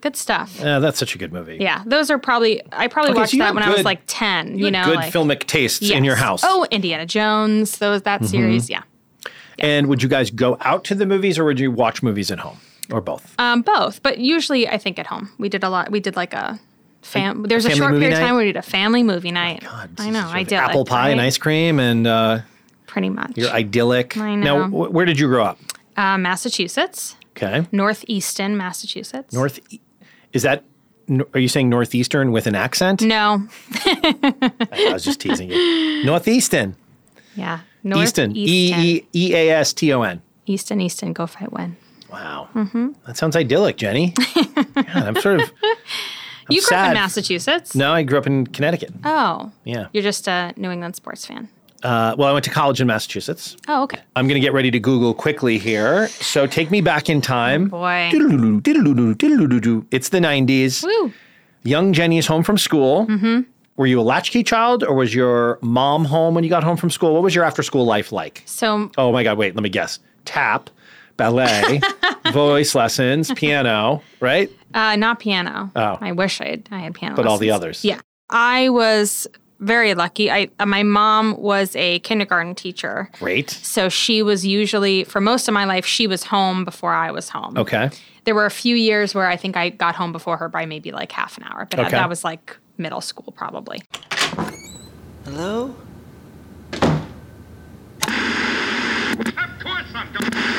Speaker 2: Good stuff.
Speaker 1: Uh, that's such a good movie.
Speaker 2: Yeah, those are probably, I probably
Speaker 1: Okay, so
Speaker 2: watched
Speaker 1: you
Speaker 2: that
Speaker 1: had
Speaker 2: when I was
Speaker 1: good-
Speaker 2: like 10, you,
Speaker 1: you
Speaker 2: know.
Speaker 1: good
Speaker 2: like,
Speaker 1: filmic tastes
Speaker 2: yes.
Speaker 1: in your house.
Speaker 2: Oh, Indiana Jones, those that
Speaker 1: Mhm.
Speaker 2: series, yeah.
Speaker 1: And would you guys go out to the movies or would you watch movies at home or both?
Speaker 2: Um, both, but usually I think at home. We did a lot. We did like a fam.
Speaker 1: Like
Speaker 2: There's
Speaker 1: a
Speaker 2: a,
Speaker 1: family
Speaker 2: short
Speaker 1: movie
Speaker 2: period of time
Speaker 1: night?
Speaker 2: where we did a family movie night. I know. I did
Speaker 1: Apple pie and ice cream and uh,
Speaker 2: Pretty much.
Speaker 1: your idyllic.
Speaker 2: I
Speaker 1: Now,
Speaker 2: know.
Speaker 1: wh- where did you grow up?
Speaker 2: Uh, Massachusetts,
Speaker 1: Okay.
Speaker 2: northeastern Massachusetts.
Speaker 1: North. E, Is that, n- are you saying Northeastern with an accent?
Speaker 2: No.
Speaker 1: I was just teasing you. Northeastern.
Speaker 2: [LAUGHS] Yeah.
Speaker 1: Easton. E E E A S T O N.
Speaker 2: Easton. Easton. Go fight. Win.
Speaker 1: Wow.
Speaker 2: Mm-hmm.
Speaker 1: That sounds idyllic,
Speaker 2: [LAUGHS]
Speaker 1: Jenny. God, I'm sort of. I'm
Speaker 2: You grew up
Speaker 1: sad.
Speaker 2: in Massachusetts.
Speaker 1: No, I grew up in Connecticut.
Speaker 2: Oh.
Speaker 1: Yeah.
Speaker 2: You're just a New England sports fan.
Speaker 1: Uh, well, I went to college in Massachusetts.
Speaker 2: Oh, okay.
Speaker 1: I'm going to get ready to Google quickly here. So take me back in time.
Speaker 2: Oh, boy.
Speaker 1: Diddle-doo-doo, diddle-doo-doo, diddle-doo-doo. It's the 90s.
Speaker 2: Woo.
Speaker 1: Young Jenny is home from school.
Speaker 2: Mm-hmm.
Speaker 1: Were you a latchkey child or was your mom home when you got home from school? What was your after school life like?
Speaker 2: So
Speaker 1: Oh my God, wait, let me guess. Tap,
Speaker 2: [LAUGHS]
Speaker 1: ballet, voice lessons, piano, right?
Speaker 2: Uh, not piano.
Speaker 1: Oh.
Speaker 2: I wish I had, I had piano.
Speaker 1: But all the
Speaker 2: lessons.
Speaker 1: others.
Speaker 2: Yeah, I was very lucky. I uh, my mom was a kindergarten teacher,
Speaker 1: Great.
Speaker 2: so she was usually for most of my life she was home before I was home.
Speaker 1: Okay.
Speaker 2: There were a few years where I think I got home before her by maybe like half an hour, but that-
Speaker 1: Okay.
Speaker 2: that was like middle school probably.
Speaker 15: Hello?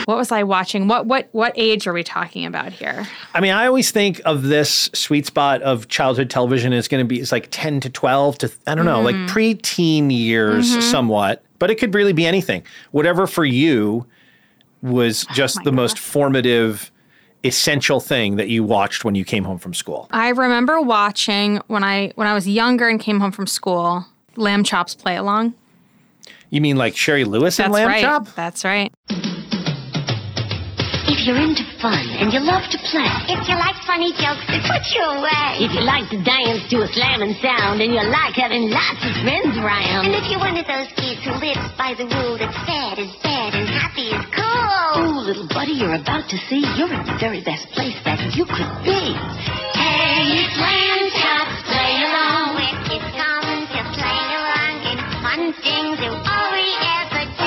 Speaker 2: What was I watching? What what what age are we talking about here?
Speaker 1: I mean, I always think of this sweet spot of childhood television is going to be it's like 10 to 12 to, I don't know, like
Speaker 2: Mm.
Speaker 1: preteen years
Speaker 2: Mhm.
Speaker 1: somewhat, but it could really be anything. Whatever for you was just the most formative, essential thing that you watched when you came home from school.
Speaker 2: I remember watching when I when I was younger and came home from school. Lamb chops play along.
Speaker 1: You mean like Sherry Lewis and Lamb
Speaker 2: right.
Speaker 1: Chop?
Speaker 2: That's right.
Speaker 15: If
Speaker 8: you're into fun and you love to play.
Speaker 16: If you like funny jokes, they put you away.
Speaker 8: If you like to dance to a slamming sound and you like having lots of friends around.
Speaker 16: And if you're one of those kids who lives by the rule that sad is bad and happy is cool.
Speaker 8: Oh, little buddy, you're about to see you're in the very best place that you could be.
Speaker 16: Hey, it's Lamb Chops, play along. With kids common to play along. It's fun things you all we ever do.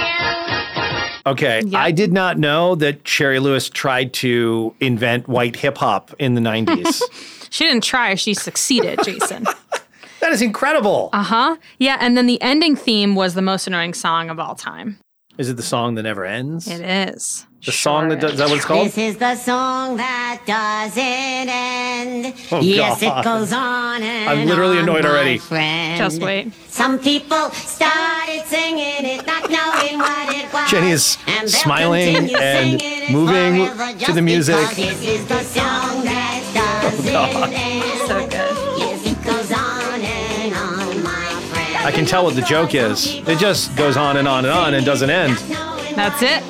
Speaker 1: Okay. I did not know that Sherry Lewis tried to invent white hip hop in
Speaker 2: [LAUGHS]
Speaker 1: the 90s.
Speaker 2: She didn't try, she succeeded, Jason.
Speaker 1: [LAUGHS] that is incredible.
Speaker 2: Uh huh. Yeah, and then the ending theme was the most annoying song of all time.
Speaker 1: is it the song that never ends?
Speaker 2: It is.
Speaker 1: The song that does, is that what it's called?
Speaker 8: This is the song that doesn't end.
Speaker 1: Oh,
Speaker 8: yes,
Speaker 1: God.
Speaker 8: it goes on and
Speaker 1: I'm literally
Speaker 8: on,
Speaker 1: annoyed
Speaker 8: my
Speaker 1: already.
Speaker 8: friend.
Speaker 1: Just wait.
Speaker 8: Some people started singing it, not knowing what it was.
Speaker 1: Jenny is
Speaker 8: And they'll
Speaker 1: smiling
Speaker 8: continue
Speaker 1: and
Speaker 8: singing it
Speaker 1: moving
Speaker 8: forever
Speaker 1: to
Speaker 8: just
Speaker 1: the music. Oh,
Speaker 8: because This is the song that doesn't
Speaker 1: God.
Speaker 8: end. So good. Yes, it goes on and on, my friend.
Speaker 1: I can tell what the joke is. It just goes on and on and on and doesn't end.
Speaker 2: That's it.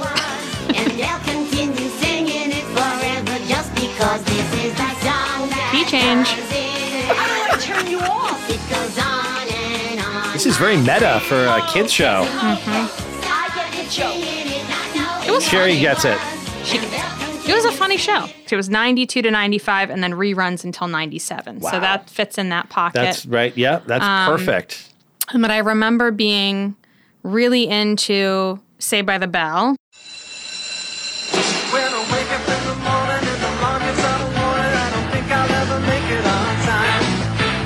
Speaker 8: and they'll continue singing it forever just because this is the song that
Speaker 2: Key change.
Speaker 8: doesn't end. I don't want to turn you off. It goes on and on.
Speaker 1: This is very meta for a kids show.
Speaker 8: Mm-hmm. I get the joke.
Speaker 2: It was
Speaker 1: Sherry gets it.
Speaker 2: She gets it. It was a funny show. It was 92 to 95 and then reruns until 97. So
Speaker 1: Wow.
Speaker 2: that fits in that pocket.
Speaker 1: That's right. Yeah, that's
Speaker 2: Um,
Speaker 1: perfect.
Speaker 2: And but I remember being really into Say by the Bell.
Speaker 17: When I wake up in the morning and the alarm gets out of warning, I don't think I'll ever make it on time.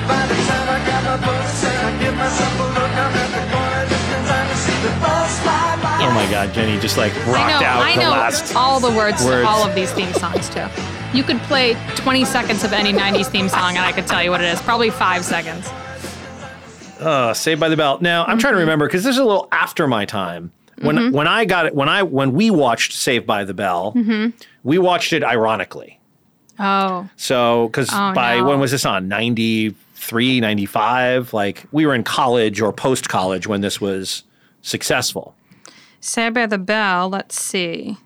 Speaker 17: By the time I grab my books and I give myself a look, I'm at the corner just in time to see the bus fly by.
Speaker 1: Oh my God, Jenny just like
Speaker 2: I
Speaker 1: rocked
Speaker 2: know,
Speaker 1: out
Speaker 2: I
Speaker 1: the
Speaker 2: know
Speaker 1: last
Speaker 2: all the words,
Speaker 1: words.
Speaker 2: to all of these theme songs too. You could play 20 seconds of any 90s theme song and I could tell you what it is. Probably five seconds.
Speaker 1: Uh, Saved by the Bell. Now I'm
Speaker 2: Mm-hmm.
Speaker 1: trying to remember because this is a little after my time. When
Speaker 2: Mhm.
Speaker 1: when I got it, when I when we watched Saved by the Bell,
Speaker 2: Mm-hmm.
Speaker 1: we watched it ironically.
Speaker 2: Oh.
Speaker 1: So because
Speaker 2: Oh,
Speaker 1: by
Speaker 2: no.
Speaker 1: when was this on 93, 95? Like we were in college or post college when this was successful.
Speaker 2: Say by the Bell, let's see.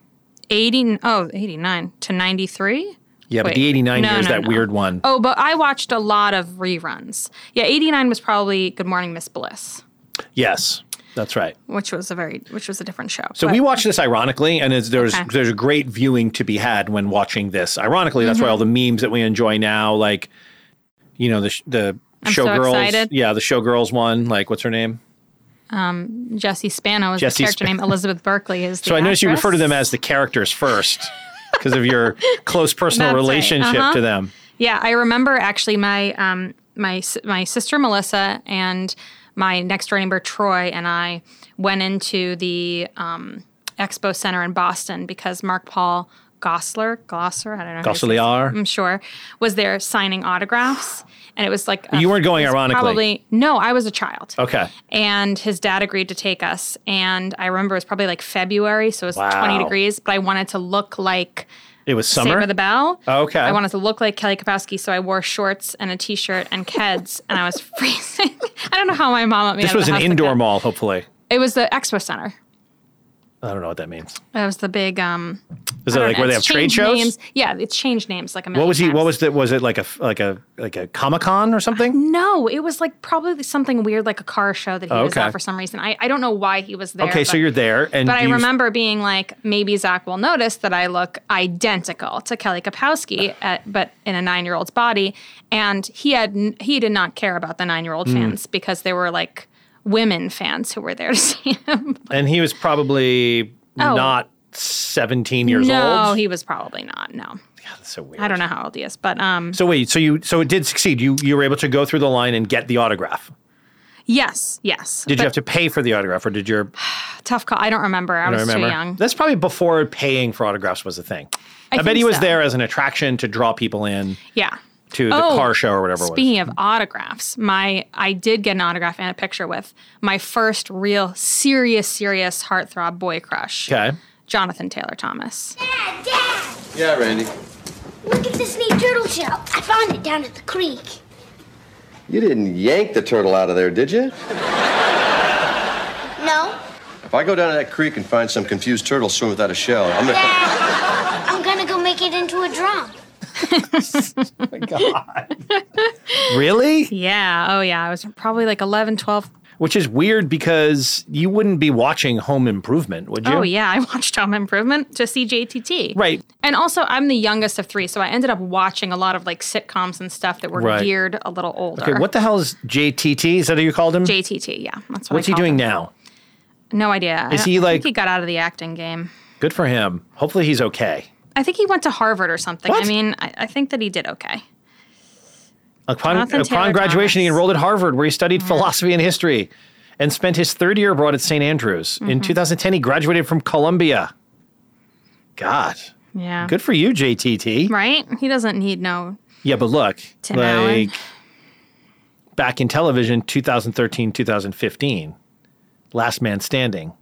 Speaker 2: 80, oh, 89 to 93?
Speaker 1: Yeah, but
Speaker 2: Wait.
Speaker 1: the 89
Speaker 2: No,
Speaker 1: year is
Speaker 2: no,
Speaker 1: that
Speaker 2: no.
Speaker 1: weird one.
Speaker 2: Oh, but I watched a lot of reruns. Yeah, 89 was probably Good Morning Miss Bliss,
Speaker 1: Yes, that's right.
Speaker 2: which was a very which was a different show.
Speaker 1: So
Speaker 2: But-
Speaker 1: we watched this ironically, and it's, there's
Speaker 2: Okay.
Speaker 1: there's a great viewing to be had when watching this. Ironically, that's why
Speaker 2: Mhm.
Speaker 1: all the memes that we enjoy now, like you know the sh- the
Speaker 2: I'm so
Speaker 1: showgirls,
Speaker 2: excited.
Speaker 1: yeah, the showgirls one. Like what's her name?
Speaker 2: um, Jesse Spano is
Speaker 1: Jesse
Speaker 2: the character
Speaker 1: Spa-
Speaker 2: name. Elizabeth Berkley is the
Speaker 1: [LAUGHS] So I noticed you
Speaker 2: actress.
Speaker 1: refer to them as the characters first because
Speaker 2: [LAUGHS]
Speaker 1: of your close personal
Speaker 2: That's right.
Speaker 1: relationship
Speaker 2: Uh-huh.
Speaker 1: to them.
Speaker 2: Yeah, I remember actually my um, my s- my sister Melissa and my next door neighbor Troy and I went into the um, Expo Center in Boston because Mark Paul Gossler Glosser I don't know how to say his-
Speaker 1: Gosselaar?
Speaker 2: I'm sure was there signing autographs and it was like
Speaker 1: You weren't going
Speaker 2: it was
Speaker 1: ironically. Oh.
Speaker 2: probably no I was a child
Speaker 1: Okay,
Speaker 2: and his dad agreed to take us. And I remember it was probably like February, so it was
Speaker 1: Wow.
Speaker 2: 20 degrees, but I wanted to look like
Speaker 1: it was summer.
Speaker 2: Save the Bell.
Speaker 1: Okay,
Speaker 2: I wanted to look like Kelly Kapowski, so I wore shorts and a t-shirt and Keds, and I was [LAUGHS] freezing. I don't know how my mom let me
Speaker 1: This
Speaker 2: out of
Speaker 1: was
Speaker 2: the
Speaker 1: an
Speaker 2: house.
Speaker 1: indoor mall, hopefully.
Speaker 2: it was the Expo Center.
Speaker 1: I don't know what that means.
Speaker 2: It was the big. um
Speaker 1: Is
Speaker 2: I
Speaker 1: it
Speaker 2: don't
Speaker 1: like
Speaker 2: know,
Speaker 1: where they have
Speaker 2: it's
Speaker 1: trade
Speaker 2: changed
Speaker 1: shows?
Speaker 2: Names. Yeah, it's changed names like a million
Speaker 1: What was he?
Speaker 2: times.
Speaker 1: What was that? Was it like a f- like a like a Comic Con or something?
Speaker 2: Uh, No, it was like probably something weird, like a car show that he
Speaker 1: Oh,
Speaker 2: was at
Speaker 1: okay.
Speaker 2: for some reason. I, I don't know why he was there.
Speaker 1: okay, so
Speaker 2: but-
Speaker 1: you're there, and
Speaker 2: but I
Speaker 1: you-
Speaker 2: remember being like, maybe Zach will notice that I look identical to Kelly Kapowski,
Speaker 1: Ah.
Speaker 2: at, but in a nine-year-old's body. And he had n- he did not care about the nine-year-old
Speaker 1: Mm.
Speaker 2: fans because they were like women fans who were there to see him.
Speaker 1: and he was probably
Speaker 2: Oh.
Speaker 1: not 17
Speaker 2: [LAUGHS]
Speaker 1: years
Speaker 2: no,
Speaker 1: old.
Speaker 2: he was probably not. No,
Speaker 1: That's so weird.
Speaker 2: I don't know how old he is, but um,
Speaker 1: So wait, so you so it did succeed. You you were able to go through the line and get the autograph.
Speaker 2: yes, yes.
Speaker 1: Did
Speaker 2: But
Speaker 1: you have to pay for the autograph, or did your
Speaker 2: tough call? I don't remember. I,
Speaker 1: I
Speaker 2: was
Speaker 1: don't remember.
Speaker 2: too young.
Speaker 1: That's probably before paying for autographs was a thing.
Speaker 2: I
Speaker 1: I, bet
Speaker 2: think
Speaker 1: he was
Speaker 2: so.
Speaker 1: there as an attraction to draw people in
Speaker 2: Yeah.
Speaker 1: to the
Speaker 2: Oh,
Speaker 1: car show or whatever. it was.
Speaker 2: Speaking of autographs, my I did get an autograph and a picture with my first real serious, serious heartthrob boy crush,
Speaker 1: Okay.
Speaker 2: Jonathan Taylor Thomas.
Speaker 18: Yeah, Randy.
Speaker 24: Look at this neat turtle shell. I found it down at the creek.
Speaker 18: You didn't yank the turtle out of there, did you?
Speaker 24: No,
Speaker 18: If I go down to that creek and find some confused turtle swimming without a shell, I'm gonna.
Speaker 24: I'm gonna
Speaker 16: make it into a drum.
Speaker 1: Really?
Speaker 2: Yeah. Oh, yeah. I was probably like 11, 12.
Speaker 1: Which is weird because you wouldn't be watching Home Improvement, would you?
Speaker 2: Oh, yeah. I [LAUGHS] watched Home Improvement to see JTT.
Speaker 1: Right.
Speaker 2: And also, I'm the youngest of three. So I ended up watching a lot of like sitcoms and stuff that were
Speaker 1: Right.
Speaker 2: geared a little older.
Speaker 1: Okay, what the hell is JTT? Is that what you called him?
Speaker 2: JTT. Yeah. That's what
Speaker 1: What's
Speaker 2: I
Speaker 1: he
Speaker 2: call
Speaker 1: doing
Speaker 2: him.
Speaker 1: now?
Speaker 2: No idea. I
Speaker 1: Is
Speaker 2: don't-
Speaker 1: he,
Speaker 2: I think
Speaker 1: like-
Speaker 2: he got out of the acting game.
Speaker 1: Good for him. Hopefully he's okay.
Speaker 2: I think he went to Harvard or something.
Speaker 1: What?
Speaker 2: I mean, I, I think that he did okay.
Speaker 1: Upon,
Speaker 2: Jonathan Taylor Mm-hmm.
Speaker 1: upon graduation, he enrolled at Harvard, where he studied philosophy and history, and spent his third year abroad at St. Andrews. In
Speaker 2: Mhm.
Speaker 1: 2010, he graduated from Columbia. God,
Speaker 2: Yeah.
Speaker 1: good for you, JTT.
Speaker 2: Right? He doesn't need no.
Speaker 1: Yeah, but look,
Speaker 2: Tim Allen.
Speaker 1: like back in television, 2013, 2015, Last Man Standing.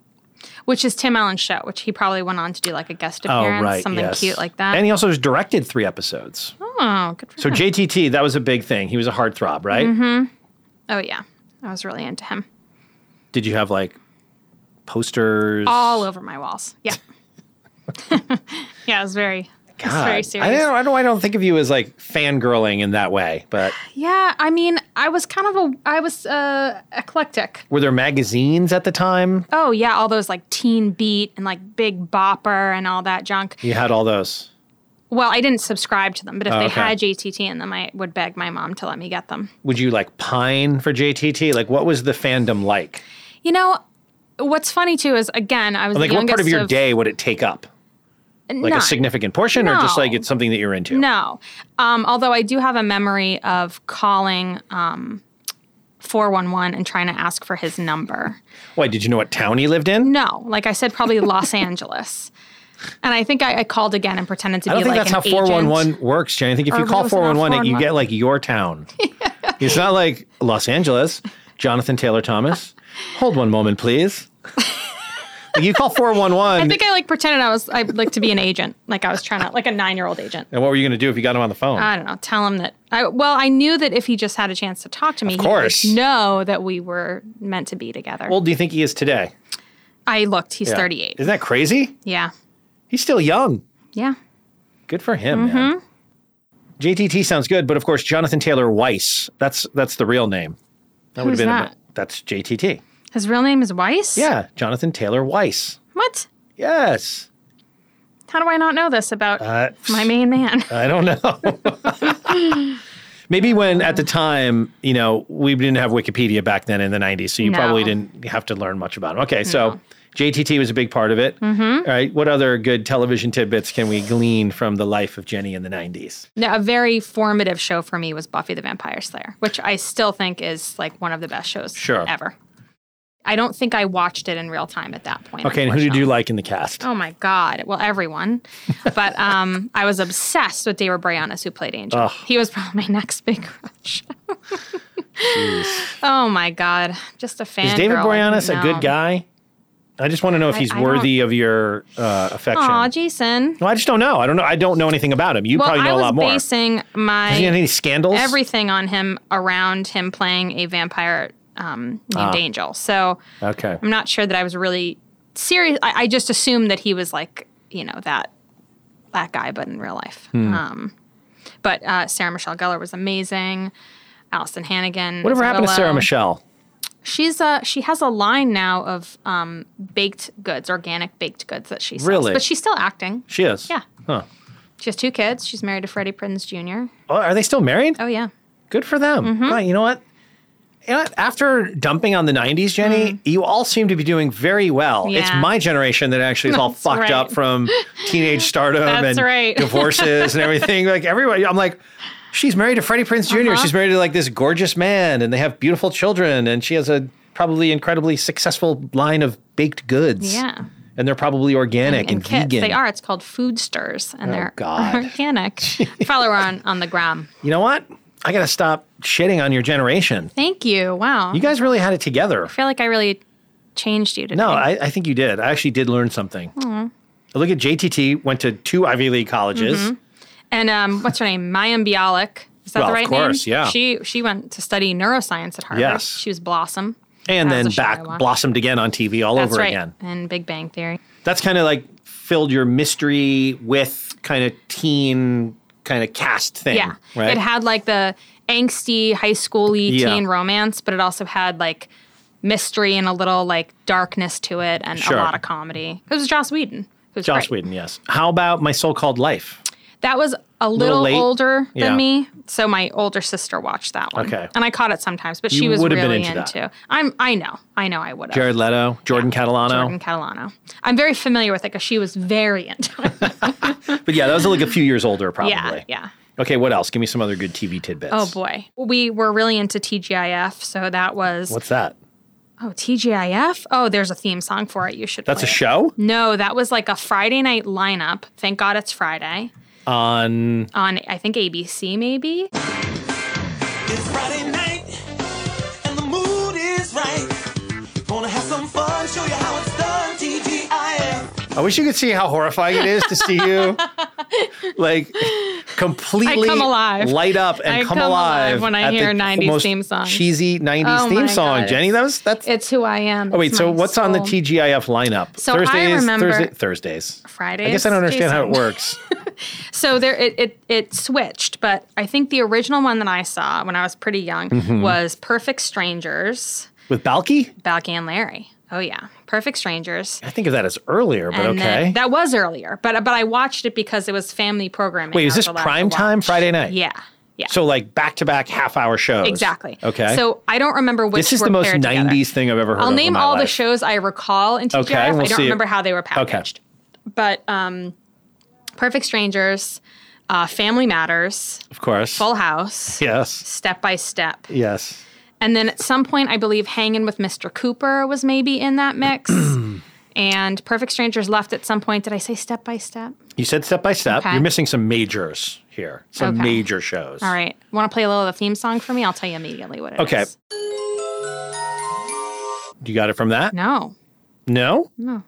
Speaker 2: Which is Tim Allen's show, which he probably went on to do like a guest
Speaker 1: Oh,
Speaker 2: appearance,
Speaker 1: right,
Speaker 2: something
Speaker 1: yes.
Speaker 2: cute like that.
Speaker 1: And he also has directed three episodes.
Speaker 2: oh, good for
Speaker 1: So
Speaker 2: him.
Speaker 1: JTT, that was a big thing. He was a heartthrob, right?
Speaker 2: Mm-hmm. Oh yeah, I was really into him.
Speaker 1: Did you have like posters?
Speaker 2: All over my walls.
Speaker 1: [LAUGHS]
Speaker 2: Yeah. [LAUGHS] yeah, it was very, it was
Speaker 1: God,
Speaker 2: very
Speaker 1: I
Speaker 2: serious.
Speaker 1: don't, I don't. I don't think of you as like fangirling in that way.
Speaker 2: [SIGHS]
Speaker 1: But
Speaker 2: Yeah, I mean, I was kind of a, I was uh, eclectic.
Speaker 1: were there magazines at the time?
Speaker 2: Oh yeah, all those like Teen Beat and like Big Bopper and all that junk.
Speaker 1: You had all those.
Speaker 2: Well, I didn't subscribe to them, but if
Speaker 1: Oh,
Speaker 2: they
Speaker 1: okay.
Speaker 2: had JTT in them, I would beg my mom to let me get them.
Speaker 1: Would you like pine for JTT? Like, what was the fandom like?
Speaker 2: You know, what's funny too is again, I was
Speaker 1: Like,
Speaker 2: the
Speaker 1: what
Speaker 2: youngest
Speaker 1: part of your day would it take up? Like a
Speaker 2: None.
Speaker 1: significant portion, or just
Speaker 2: No.
Speaker 1: like it's something that you're into?
Speaker 2: No. Um, although I do have a memory of calling um, 411 and trying to ask for his number.
Speaker 1: Why did you know what town he lived in?
Speaker 2: No, like I said,
Speaker 1: [LAUGHS]
Speaker 2: probably Los Angeles. And I think I, I called again and pretended to
Speaker 1: I don't
Speaker 2: be
Speaker 1: think
Speaker 2: like
Speaker 1: that's how
Speaker 2: an agent.
Speaker 1: 411 works, Jenny. I think if
Speaker 2: Or
Speaker 1: you
Speaker 2: what
Speaker 1: call
Speaker 2: was it now,
Speaker 1: 411, it, you
Speaker 2: 411?
Speaker 1: get like
Speaker 2: [LAUGHS]
Speaker 1: your town. It's not like Los Angeles, Jonathan
Speaker 2: [LAUGHS]
Speaker 1: Taylor Thomas. Hold one moment, please. you call
Speaker 2: [LAUGHS]
Speaker 1: 411.
Speaker 2: I think I like pretended I was I like to be an agent, like I was trying to like a nine year old agent.
Speaker 1: And what were you going to do if you got him on the phone?
Speaker 2: I don't know. Tell him that. I, well, I knew that if he just had a chance to talk to me,
Speaker 1: Of
Speaker 2: he would
Speaker 1: course.
Speaker 2: know that we were meant to be together.
Speaker 1: How old do you think he is today?
Speaker 2: I looked. He's
Speaker 1: Yeah.
Speaker 2: thirty eight.
Speaker 1: Isn't that crazy?
Speaker 2: Yeah.
Speaker 1: He's still young.
Speaker 2: Yeah. Mm-hmm.
Speaker 1: Good for him, man. JTT sounds good, but of course, Jonathan Taylor Weiss. That's that's the real name. That would
Speaker 2: Who's
Speaker 1: have been a-
Speaker 2: that?
Speaker 1: that's JTT.
Speaker 2: His real name is Weiss?
Speaker 1: Yeah, Jonathan Taylor Weiss.
Speaker 2: What?
Speaker 1: Yes.
Speaker 2: How do I not know this about
Speaker 1: Uh,
Speaker 2: my main man? [LAUGHS]
Speaker 1: I don't know. [LAUGHS] Maybe when at the time, you know, we didn't have Wikipedia back then in the 90s, so you
Speaker 2: No.
Speaker 1: probably didn't have to learn much about him. Okay, so JTT was a big part of it.
Speaker 2: Mhm.
Speaker 1: All right, what other good television tidbits can we glean from the life of Jenny in the 90s?
Speaker 2: no, a very formative show for me was Buffy the Vampire Slayer, which I still think is like one of the best shows
Speaker 1: Sure.
Speaker 2: ever. I don't think I watched it in real time at that point.
Speaker 1: Okay, and who did you like in the cast?
Speaker 2: Oh my God. Well, everyone. But um, I was obsessed with David Boreanaz, who played Angel.
Speaker 1: Ugh.
Speaker 2: He was probably my [LAUGHS] next big crush. oh my God. Just a fan.
Speaker 1: Is David
Speaker 2: girl.
Speaker 1: Boreanaz a
Speaker 2: No.
Speaker 1: good guy? I just want to know if
Speaker 2: I-
Speaker 1: he's
Speaker 2: I
Speaker 1: worthy of your uh, affection.
Speaker 2: Aw, Jason.
Speaker 1: Well, I just don't know. I don't know. I don't know anything about him. You
Speaker 2: well,
Speaker 1: probably
Speaker 2: I
Speaker 1: know a
Speaker 2: was
Speaker 1: lot more.
Speaker 2: basing my
Speaker 1: Has he had any scandals?
Speaker 2: everything on him around him playing a vampire um, named
Speaker 1: Ah.
Speaker 2: Angel. So
Speaker 1: Okay.
Speaker 2: I'm not sure that I was really serious. I, I just assumed that he was like you know that that guy, but in real life.
Speaker 1: Hmm.
Speaker 2: Um, but uh, Sarah Michelle Gellar was amazing. Allison Hannigan.
Speaker 1: Whatever
Speaker 2: was
Speaker 1: happened to
Speaker 2: Willow.
Speaker 1: Sarah Michelle?
Speaker 2: She's uh she has a line now of um, baked goods, organic baked goods that she sells.
Speaker 1: Really?
Speaker 2: But she's still acting.
Speaker 1: She is.
Speaker 2: Yeah.
Speaker 1: Huh.
Speaker 2: She has two kids. She's married to Freddie Prinze Jr.
Speaker 1: Oh, are they still married?
Speaker 2: Oh yeah. Mm-hmm.
Speaker 1: Good for them. Wow, you know what? You know what? After dumping on the 90s, Jenny, you all seem to be doing very well. It's
Speaker 2: Mm. Yeah.
Speaker 1: my generation that actually is all
Speaker 2: That's
Speaker 1: fucked
Speaker 2: right. [LAUGHS]
Speaker 1: up from teenage stardom
Speaker 2: That's
Speaker 1: and
Speaker 2: right.
Speaker 1: divorces and everything. Like, everybody, I'm like, she's married to Freddie Prince junior
Speaker 2: Uh-huh.
Speaker 1: She's married to like this gorgeous man and they have beautiful children and she has a probably incredibly successful line of baked goods.
Speaker 2: Yeah.
Speaker 1: And they're probably organic and,
Speaker 2: and kits.
Speaker 1: vegan.
Speaker 2: They are. It's called Food Stirs, and
Speaker 1: Oh,
Speaker 2: they're
Speaker 1: God. [LAUGHS]
Speaker 2: organic. Follow her on on the gram.
Speaker 1: You know what? I got to stop shitting on your generation.
Speaker 2: Thank you. Wow.
Speaker 1: You guys really had it together.
Speaker 2: I feel like I really changed you today.
Speaker 1: No, I, I think you did. I actually did learn something.
Speaker 2: Aw.
Speaker 1: Look at JTT, went to two Ivy League colleges.
Speaker 2: Mhm. And um, what's her name? Mayim Bialik. Is that
Speaker 1: Well,
Speaker 2: the
Speaker 1: of
Speaker 2: right
Speaker 1: course,
Speaker 2: name?
Speaker 1: yeah.
Speaker 2: She she went to study neuroscience at Harvard.
Speaker 1: Yes.
Speaker 2: She was Blossom.
Speaker 1: And
Speaker 2: That was
Speaker 1: then
Speaker 2: a show I
Speaker 1: back
Speaker 2: watched.
Speaker 1: blossomed again on TV all
Speaker 2: That's
Speaker 1: over
Speaker 2: right.
Speaker 1: again.
Speaker 2: And Big Bang Theory.
Speaker 1: That's kind of like filled your mystery with kind of teen kind of cast thing.
Speaker 2: Yeah.
Speaker 1: Right.
Speaker 2: It had like the angsty high schooly
Speaker 1: Yeah.
Speaker 2: teen romance, but it also had like mystery and a little like darkness to it and
Speaker 1: Sure.
Speaker 2: a lot of comedy. It was Joss Whedon. Who's
Speaker 1: Joss
Speaker 2: great.
Speaker 1: Whedon, yes. How about My So Called Life?
Speaker 2: That was a
Speaker 1: Little
Speaker 2: little,
Speaker 1: late.
Speaker 2: older than
Speaker 1: Yeah.
Speaker 2: me, so my older sister watched that one.
Speaker 1: Okay.
Speaker 2: and I caught it sometimes, but
Speaker 1: You
Speaker 2: she was
Speaker 1: would've
Speaker 2: really
Speaker 1: been into
Speaker 2: into.
Speaker 1: that.
Speaker 2: I'm, I know, I know, I would have.
Speaker 1: Jared Leto, Jordan Catalano.
Speaker 2: Jordan Catalano. I'm very familiar with it because she was very into it.
Speaker 1: [LAUGHS] But yeah, that was like a few years older, [LAUGHS] probably.
Speaker 2: Yeah, yeah.
Speaker 1: Okay, what else? Give me some other good TV tidbits.
Speaker 2: Oh boy, we were really into TGIF, so that was
Speaker 1: What's that?
Speaker 2: oh TGIF. Oh, there's a theme song for it. You should.
Speaker 1: That's a
Speaker 2: play it.
Speaker 1: show
Speaker 2: No, that was like a Friday night lineup. Thank God it's Friday
Speaker 1: on.
Speaker 2: on I think ABC maybe.
Speaker 17: It's Friday night, and the mood is right. Gonna have some fun, show you how it's done, TGIF.
Speaker 1: I wish you could see how horrifying it is to
Speaker 2: [LAUGHS]
Speaker 1: see you like
Speaker 2: I
Speaker 1: completely
Speaker 2: come alive.
Speaker 1: light up and
Speaker 2: I come
Speaker 1: come,
Speaker 2: alive
Speaker 1: alive
Speaker 2: when I
Speaker 1: at the
Speaker 2: hear 90s
Speaker 1: most
Speaker 2: theme song.
Speaker 1: cheesy '90s
Speaker 2: Oh my
Speaker 1: theme song,
Speaker 2: God,
Speaker 1: Jenny. That was that's.
Speaker 2: It's who I am.
Speaker 1: Oh wait,
Speaker 2: It's
Speaker 1: so
Speaker 2: my
Speaker 1: what's on the
Speaker 2: soul.
Speaker 1: TGIF lineup?
Speaker 2: So I remember-
Speaker 1: Thursday, Thursdays.
Speaker 2: Fridays.
Speaker 1: I guess I don't understand how it
Speaker 2: Jason.
Speaker 1: works.
Speaker 2: [LAUGHS] So there, it, it it switched, but I think the original one that I saw when I was pretty young
Speaker 1: Mhm.
Speaker 2: was Perfect Strangers,
Speaker 1: With Balky,
Speaker 2: Balky and Larry. Oh yeah, Perfect Strangers.
Speaker 1: I think of that as earlier, but
Speaker 2: and then-
Speaker 1: okay.
Speaker 2: that was earlier, but but I watched it because it was family programming.
Speaker 1: wait,
Speaker 2: I
Speaker 1: is
Speaker 2: was
Speaker 1: this
Speaker 2: allowed to
Speaker 1: prime
Speaker 2: watch.
Speaker 1: time Friday night?
Speaker 2: Yeah, yeah.
Speaker 1: So like back to back half hour shows.
Speaker 2: exactly.
Speaker 1: Oh, Okay.
Speaker 2: So I don't remember which.
Speaker 1: this is
Speaker 2: were
Speaker 1: the most
Speaker 2: paired together.
Speaker 1: '90s thing I've ever heard.
Speaker 2: I'll
Speaker 1: of in
Speaker 2: name
Speaker 1: my
Speaker 2: all the
Speaker 1: life.
Speaker 2: shows I recall in TGIF.
Speaker 1: Okay, we'll
Speaker 2: I don't
Speaker 1: see it.
Speaker 2: remember how they were packaged,
Speaker 1: Okay.
Speaker 2: but um, Perfect Strangers, uh, Family Matters,
Speaker 1: Of course.
Speaker 2: Full House,
Speaker 1: Yes.
Speaker 2: Step by Step,
Speaker 1: Yes.
Speaker 2: and then at some point I believe Hanging with Mr. Cooper was maybe in that mix. And Perfect Strangers left at some point. Did I say Step by Step?
Speaker 1: You said step by step.
Speaker 2: Okay.
Speaker 1: You're missing some majors here. Some
Speaker 2: Okay.
Speaker 1: major shows.
Speaker 2: All right. Want to play a little of the theme song for me? I'll tell you immediately what it is.
Speaker 1: Okay. You got it from that?
Speaker 2: No.
Speaker 1: No?
Speaker 2: No.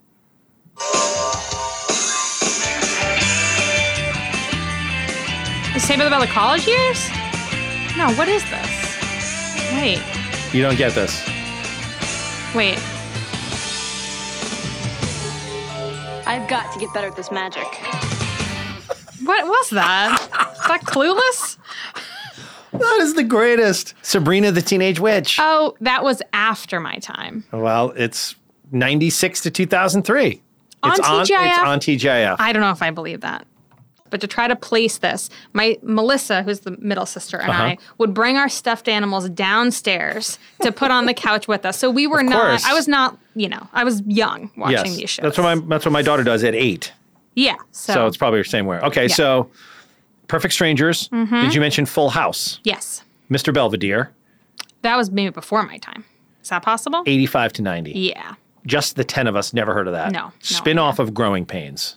Speaker 2: The Saved by the Bell the college years? No, what is this? Wait,
Speaker 1: You don't get this.
Speaker 2: wait.
Speaker 4: I've got to get better at this magic.
Speaker 2: What
Speaker 4: [LAUGHS]
Speaker 2: was that? Is that Clueless?
Speaker 1: That is the greatest. Sabrina the Teenage Witch.
Speaker 2: Oh, that was after my time.
Speaker 1: Well, it's 96 to 2003.
Speaker 2: On
Speaker 1: it's on
Speaker 2: TGIF?
Speaker 1: It's on TGIF.
Speaker 2: I don't know if I believe that. But to try to place this, my Melissa, who's the middle sister, and
Speaker 1: Uh-huh.
Speaker 2: I would bring our stuffed animals downstairs to put on the couch with us. So we were
Speaker 1: Of
Speaker 2: not.
Speaker 1: course.
Speaker 2: I was not. You know, I was young watching
Speaker 1: yes.
Speaker 2: these shows.
Speaker 1: That's what, my, that's what my daughter does at eight.
Speaker 2: yeah.
Speaker 1: So,
Speaker 2: So,
Speaker 1: it's probably the same way. Okay,
Speaker 2: Yeah.
Speaker 1: so Perfect Strangers.
Speaker 2: Mhm.
Speaker 1: Did you mention Full House?
Speaker 2: yes,
Speaker 1: Mr. Belvedere,
Speaker 2: that was maybe before my time. Is that possible?
Speaker 1: 85 to 90.
Speaker 2: Yeah.
Speaker 1: Just the 10 of us never heard of that.
Speaker 2: No, no,
Speaker 1: Spin off of Growing Pains.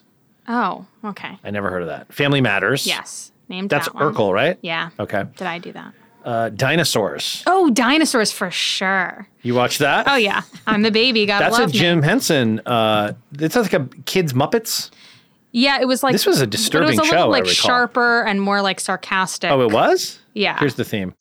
Speaker 2: Oh, okay.
Speaker 1: I never heard of that. Family Matters.
Speaker 2: Yes, named
Speaker 1: That's
Speaker 2: that one.
Speaker 1: Urkel, right?
Speaker 2: Yeah.
Speaker 1: Okay.
Speaker 2: Did I do that?
Speaker 1: Uh, dinosaurs.
Speaker 2: Oh, dinosaurs for sure.
Speaker 1: You watch that?
Speaker 2: Oh yeah, I'm the baby. God
Speaker 1: That's
Speaker 2: love
Speaker 1: a Jim Henson. Uh, it's like a kids Muppets.
Speaker 2: me. Yeah, it was like
Speaker 1: This was a
Speaker 2: but
Speaker 1: disturbing
Speaker 2: It was a
Speaker 1: show, I
Speaker 2: little like
Speaker 1: recall.
Speaker 2: sharper and more like sarcastic.
Speaker 1: Oh, it was.
Speaker 2: Yeah.
Speaker 1: Here's the theme.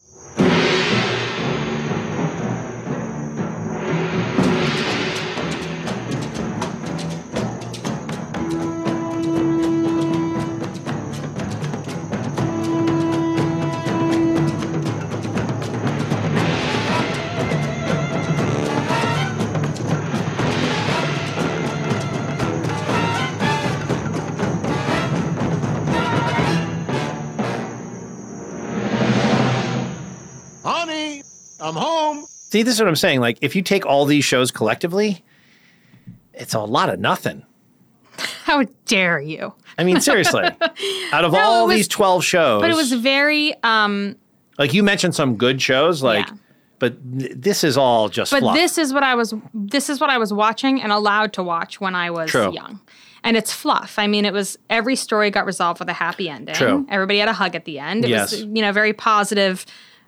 Speaker 17: Honey, I'm home.
Speaker 1: See, this is what I'm saying. Like, if you take all these shows collectively, it's a lot of nothing.
Speaker 2: [LAUGHS] How dare you?
Speaker 1: I
Speaker 2: [LAUGHS]
Speaker 1: mean, seriously. Out of
Speaker 2: No,
Speaker 1: all
Speaker 2: it was-
Speaker 1: these 12 shows,
Speaker 2: But it was very um
Speaker 1: like you mentioned some good shows, like, but th- this is all just.
Speaker 2: but
Speaker 1: fluff.
Speaker 2: this is what I was this is what I was watching and allowed to watch when I was
Speaker 1: True.
Speaker 2: young. And it's fluff. I mean, it was every story got resolved with a happy ending.
Speaker 1: True.
Speaker 2: Everybody had a hug at the end. It
Speaker 1: Yes.
Speaker 2: was you know, very positive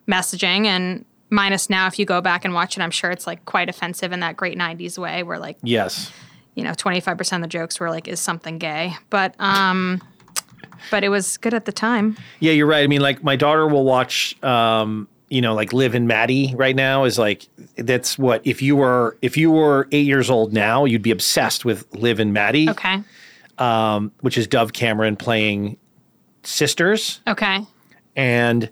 Speaker 2: messaging and minus now if you go back and watch it, I'm sure it's like quite offensive in that great 90s way where like
Speaker 1: Yes.
Speaker 2: you know, 25% of the jokes were like, is something gay? But, um, but it was good at the time.
Speaker 1: Yeah, you're right. I mean, like my daughter will watch, um, you know, like Liv and Maddie right now is like that's what if you were if you were eight years old now, you'd be obsessed with Liv and Maddie.
Speaker 2: Okay.
Speaker 1: um, which is Dove Cameron playing sisters,
Speaker 2: Okay.
Speaker 1: and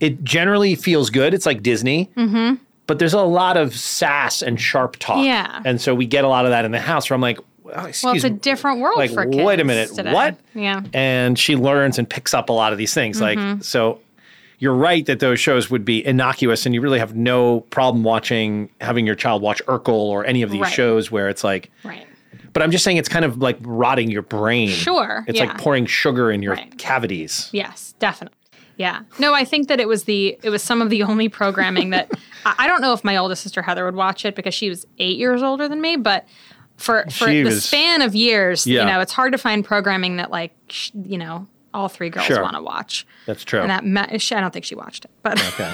Speaker 1: it generally feels good. It's like Disney,
Speaker 2: Mm-hmm.
Speaker 1: but there's a lot of sass and sharp talk.
Speaker 2: Yeah.
Speaker 1: and so we get a lot of that in the house. Where I'm like, oh,
Speaker 2: Well,
Speaker 1: excuse
Speaker 2: it's a
Speaker 1: me.
Speaker 2: different world
Speaker 1: like,
Speaker 2: for kids.
Speaker 1: wait a minute,
Speaker 2: today.
Speaker 1: what?
Speaker 2: Yeah.
Speaker 1: and she learns and picks up a lot of these things. Like
Speaker 2: Mhm.
Speaker 1: so you're right that those shows would be innocuous and you really have no problem watching having your child watch Urkel or any of these
Speaker 2: Right.
Speaker 1: shows where it's like
Speaker 2: Right.
Speaker 1: but I'm just saying it's kind of like rotting your brain.
Speaker 2: Sure,
Speaker 1: It's
Speaker 2: yeah.
Speaker 1: like pouring sugar in your
Speaker 2: Right.
Speaker 1: cavities.
Speaker 2: Yes, definitely. Yeah. No, I think that it was the it was some of the only programming
Speaker 1: [LAUGHS]
Speaker 2: that I, I don't know if my oldest sister Heather would watch it because she was eight years older than me, but for for
Speaker 3: She
Speaker 2: the
Speaker 3: was-
Speaker 2: span of years,
Speaker 1: Yeah.
Speaker 2: you know, it's hard to find programming that like sh- you know all three girls
Speaker 1: Sure.
Speaker 2: want to watch.
Speaker 1: That's true.
Speaker 2: And that ma- she, I don't think she watched it, but
Speaker 1: okay.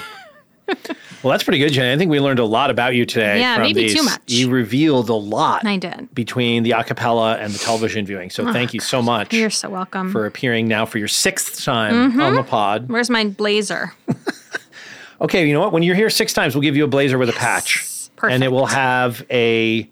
Speaker 1: Well, that's pretty good, Jenny. I think we learned a lot about you today.
Speaker 2: Yeah,
Speaker 1: from
Speaker 2: maybe
Speaker 1: these.
Speaker 2: too much.
Speaker 1: You revealed a lot
Speaker 2: [LAUGHS] I did.
Speaker 1: between the acapella and the television viewing. So
Speaker 2: Oh,
Speaker 1: thank you so much
Speaker 2: You're so welcome.
Speaker 1: for appearing now for your sixth time
Speaker 2: Mhm.
Speaker 1: on the pod.
Speaker 2: Where's my blazer?
Speaker 1: Okay, you know what? When you're here six times, we'll give you a blazer with a patch. And it will have a.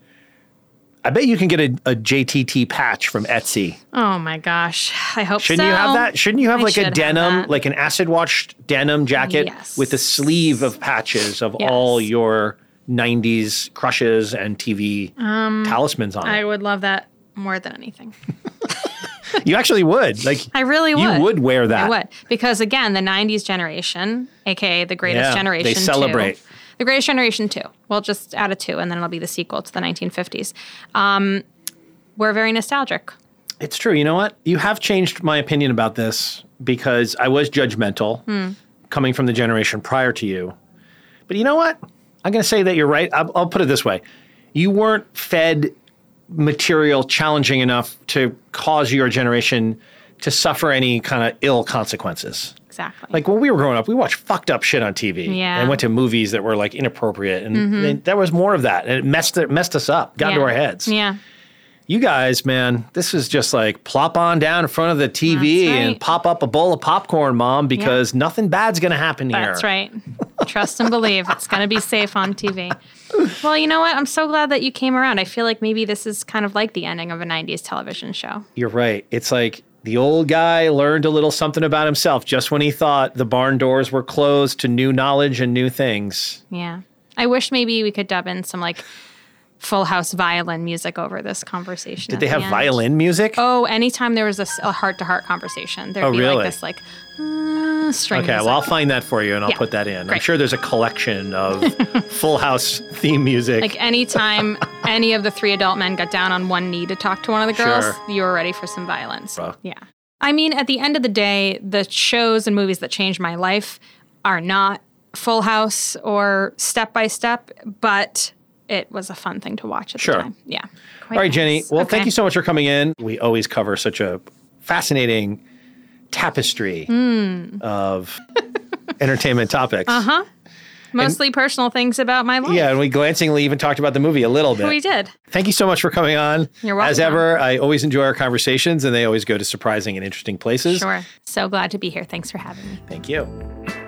Speaker 1: I bet you can get a, a JTT patch from Etsy.
Speaker 2: Oh my gosh, I hope
Speaker 1: Shouldn't
Speaker 2: so.
Speaker 1: you have that? Shouldn't you have
Speaker 2: I
Speaker 1: like
Speaker 2: should
Speaker 1: a
Speaker 2: have
Speaker 1: denim,
Speaker 2: that.
Speaker 1: like an acid washed denim jacket
Speaker 2: Yes.
Speaker 1: with a sleeve of patches of all your 90s crushes and TV
Speaker 2: um,
Speaker 1: talismans [LAUGHS] on
Speaker 2: I would love that more than anything.
Speaker 1: it? You actually would. Like,
Speaker 2: I really would.
Speaker 1: You would wear that.
Speaker 2: I would because again, the '90s generation, aka the Greatest
Speaker 1: Yeah, they
Speaker 2: Generation, two-
Speaker 1: celebrate.
Speaker 2: the Greatest Generation Two. We'll just add a two, and then it'll be the sequel to the 1950s. Um, we're very nostalgic.
Speaker 1: It's true. You know what? You have changed my opinion about this because I was judgmental.
Speaker 2: Hmm.
Speaker 1: coming from the generation prior to you. But you know what? I'm going to say that you're right. I'll, I'll put it this way you weren't fed material challenging enough to cause your generation to suffer any kind of ill consequences.
Speaker 2: Exactly.
Speaker 1: Like when we were growing up, we watched fucked up shit on TV
Speaker 2: Yeah.
Speaker 1: and went to movies that were like inappropriate. And
Speaker 2: Mhm.
Speaker 1: then there was more of that. And it messed, it messed us up, got into
Speaker 2: Yeah.
Speaker 1: our heads.
Speaker 2: Yeah.
Speaker 1: You guys, man, this is just like plop on down in front of the TV
Speaker 2: That's right.
Speaker 1: and pop up a bowl of popcorn, mom, because nothing bad's going to happen here.
Speaker 2: That's right. Trust and believe. It's going to be safe on TV. Well, you know what? I'm so glad that you came around. I feel like maybe this is kind of like the ending of a 90s television show.
Speaker 1: You're right. It's like the old guy learned a little something about himself just when he thought the barn doors were closed to new knowledge and new things.
Speaker 2: Yeah. I wish maybe we could dub in some like full house violin music over this conversation.
Speaker 1: Did
Speaker 2: at
Speaker 1: they
Speaker 2: the
Speaker 1: have
Speaker 2: end.
Speaker 1: violin music?
Speaker 2: Oh, anytime there was a heart to heart conversation, there'd
Speaker 1: Oh,
Speaker 2: be
Speaker 1: really?
Speaker 2: like this like uh, string.
Speaker 1: okay, well, I'll find that for you and I'll
Speaker 2: Yeah,
Speaker 1: put that in. I'm
Speaker 2: great.
Speaker 1: sure there's a
Speaker 2: [LAUGHS]
Speaker 1: collection of Full House theme music.
Speaker 2: like
Speaker 1: [LAUGHS]
Speaker 2: anytime any of the three adult men got down on one knee to talk to one of the girls,
Speaker 1: Sure.
Speaker 2: you were ready for some violence.
Speaker 1: Well.
Speaker 2: Yeah. I mean, at the end of the day, the shows and movies that changed my life are not Full House or Step by Step, but it was a fun thing to watch at
Speaker 1: Sure.
Speaker 2: the time. Yeah.
Speaker 1: All right, Jenny. Well,
Speaker 2: Okay.
Speaker 1: thank you so much for coming in. We always cover such a fascinating tapestry
Speaker 2: Hmm. Mm.
Speaker 1: of entertainment topics.
Speaker 2: Uh huh. Mostly personal things about my life.
Speaker 1: Yeah, and we glancingly even talked about the movie a little bit.
Speaker 2: we did.
Speaker 1: Thank you so much for coming on.
Speaker 2: You're welcome.
Speaker 1: As ever, I always enjoy our conversations and they always go to surprising and interesting places.
Speaker 2: Sure. So glad to be here. Thanks for having me.
Speaker 1: Thank you.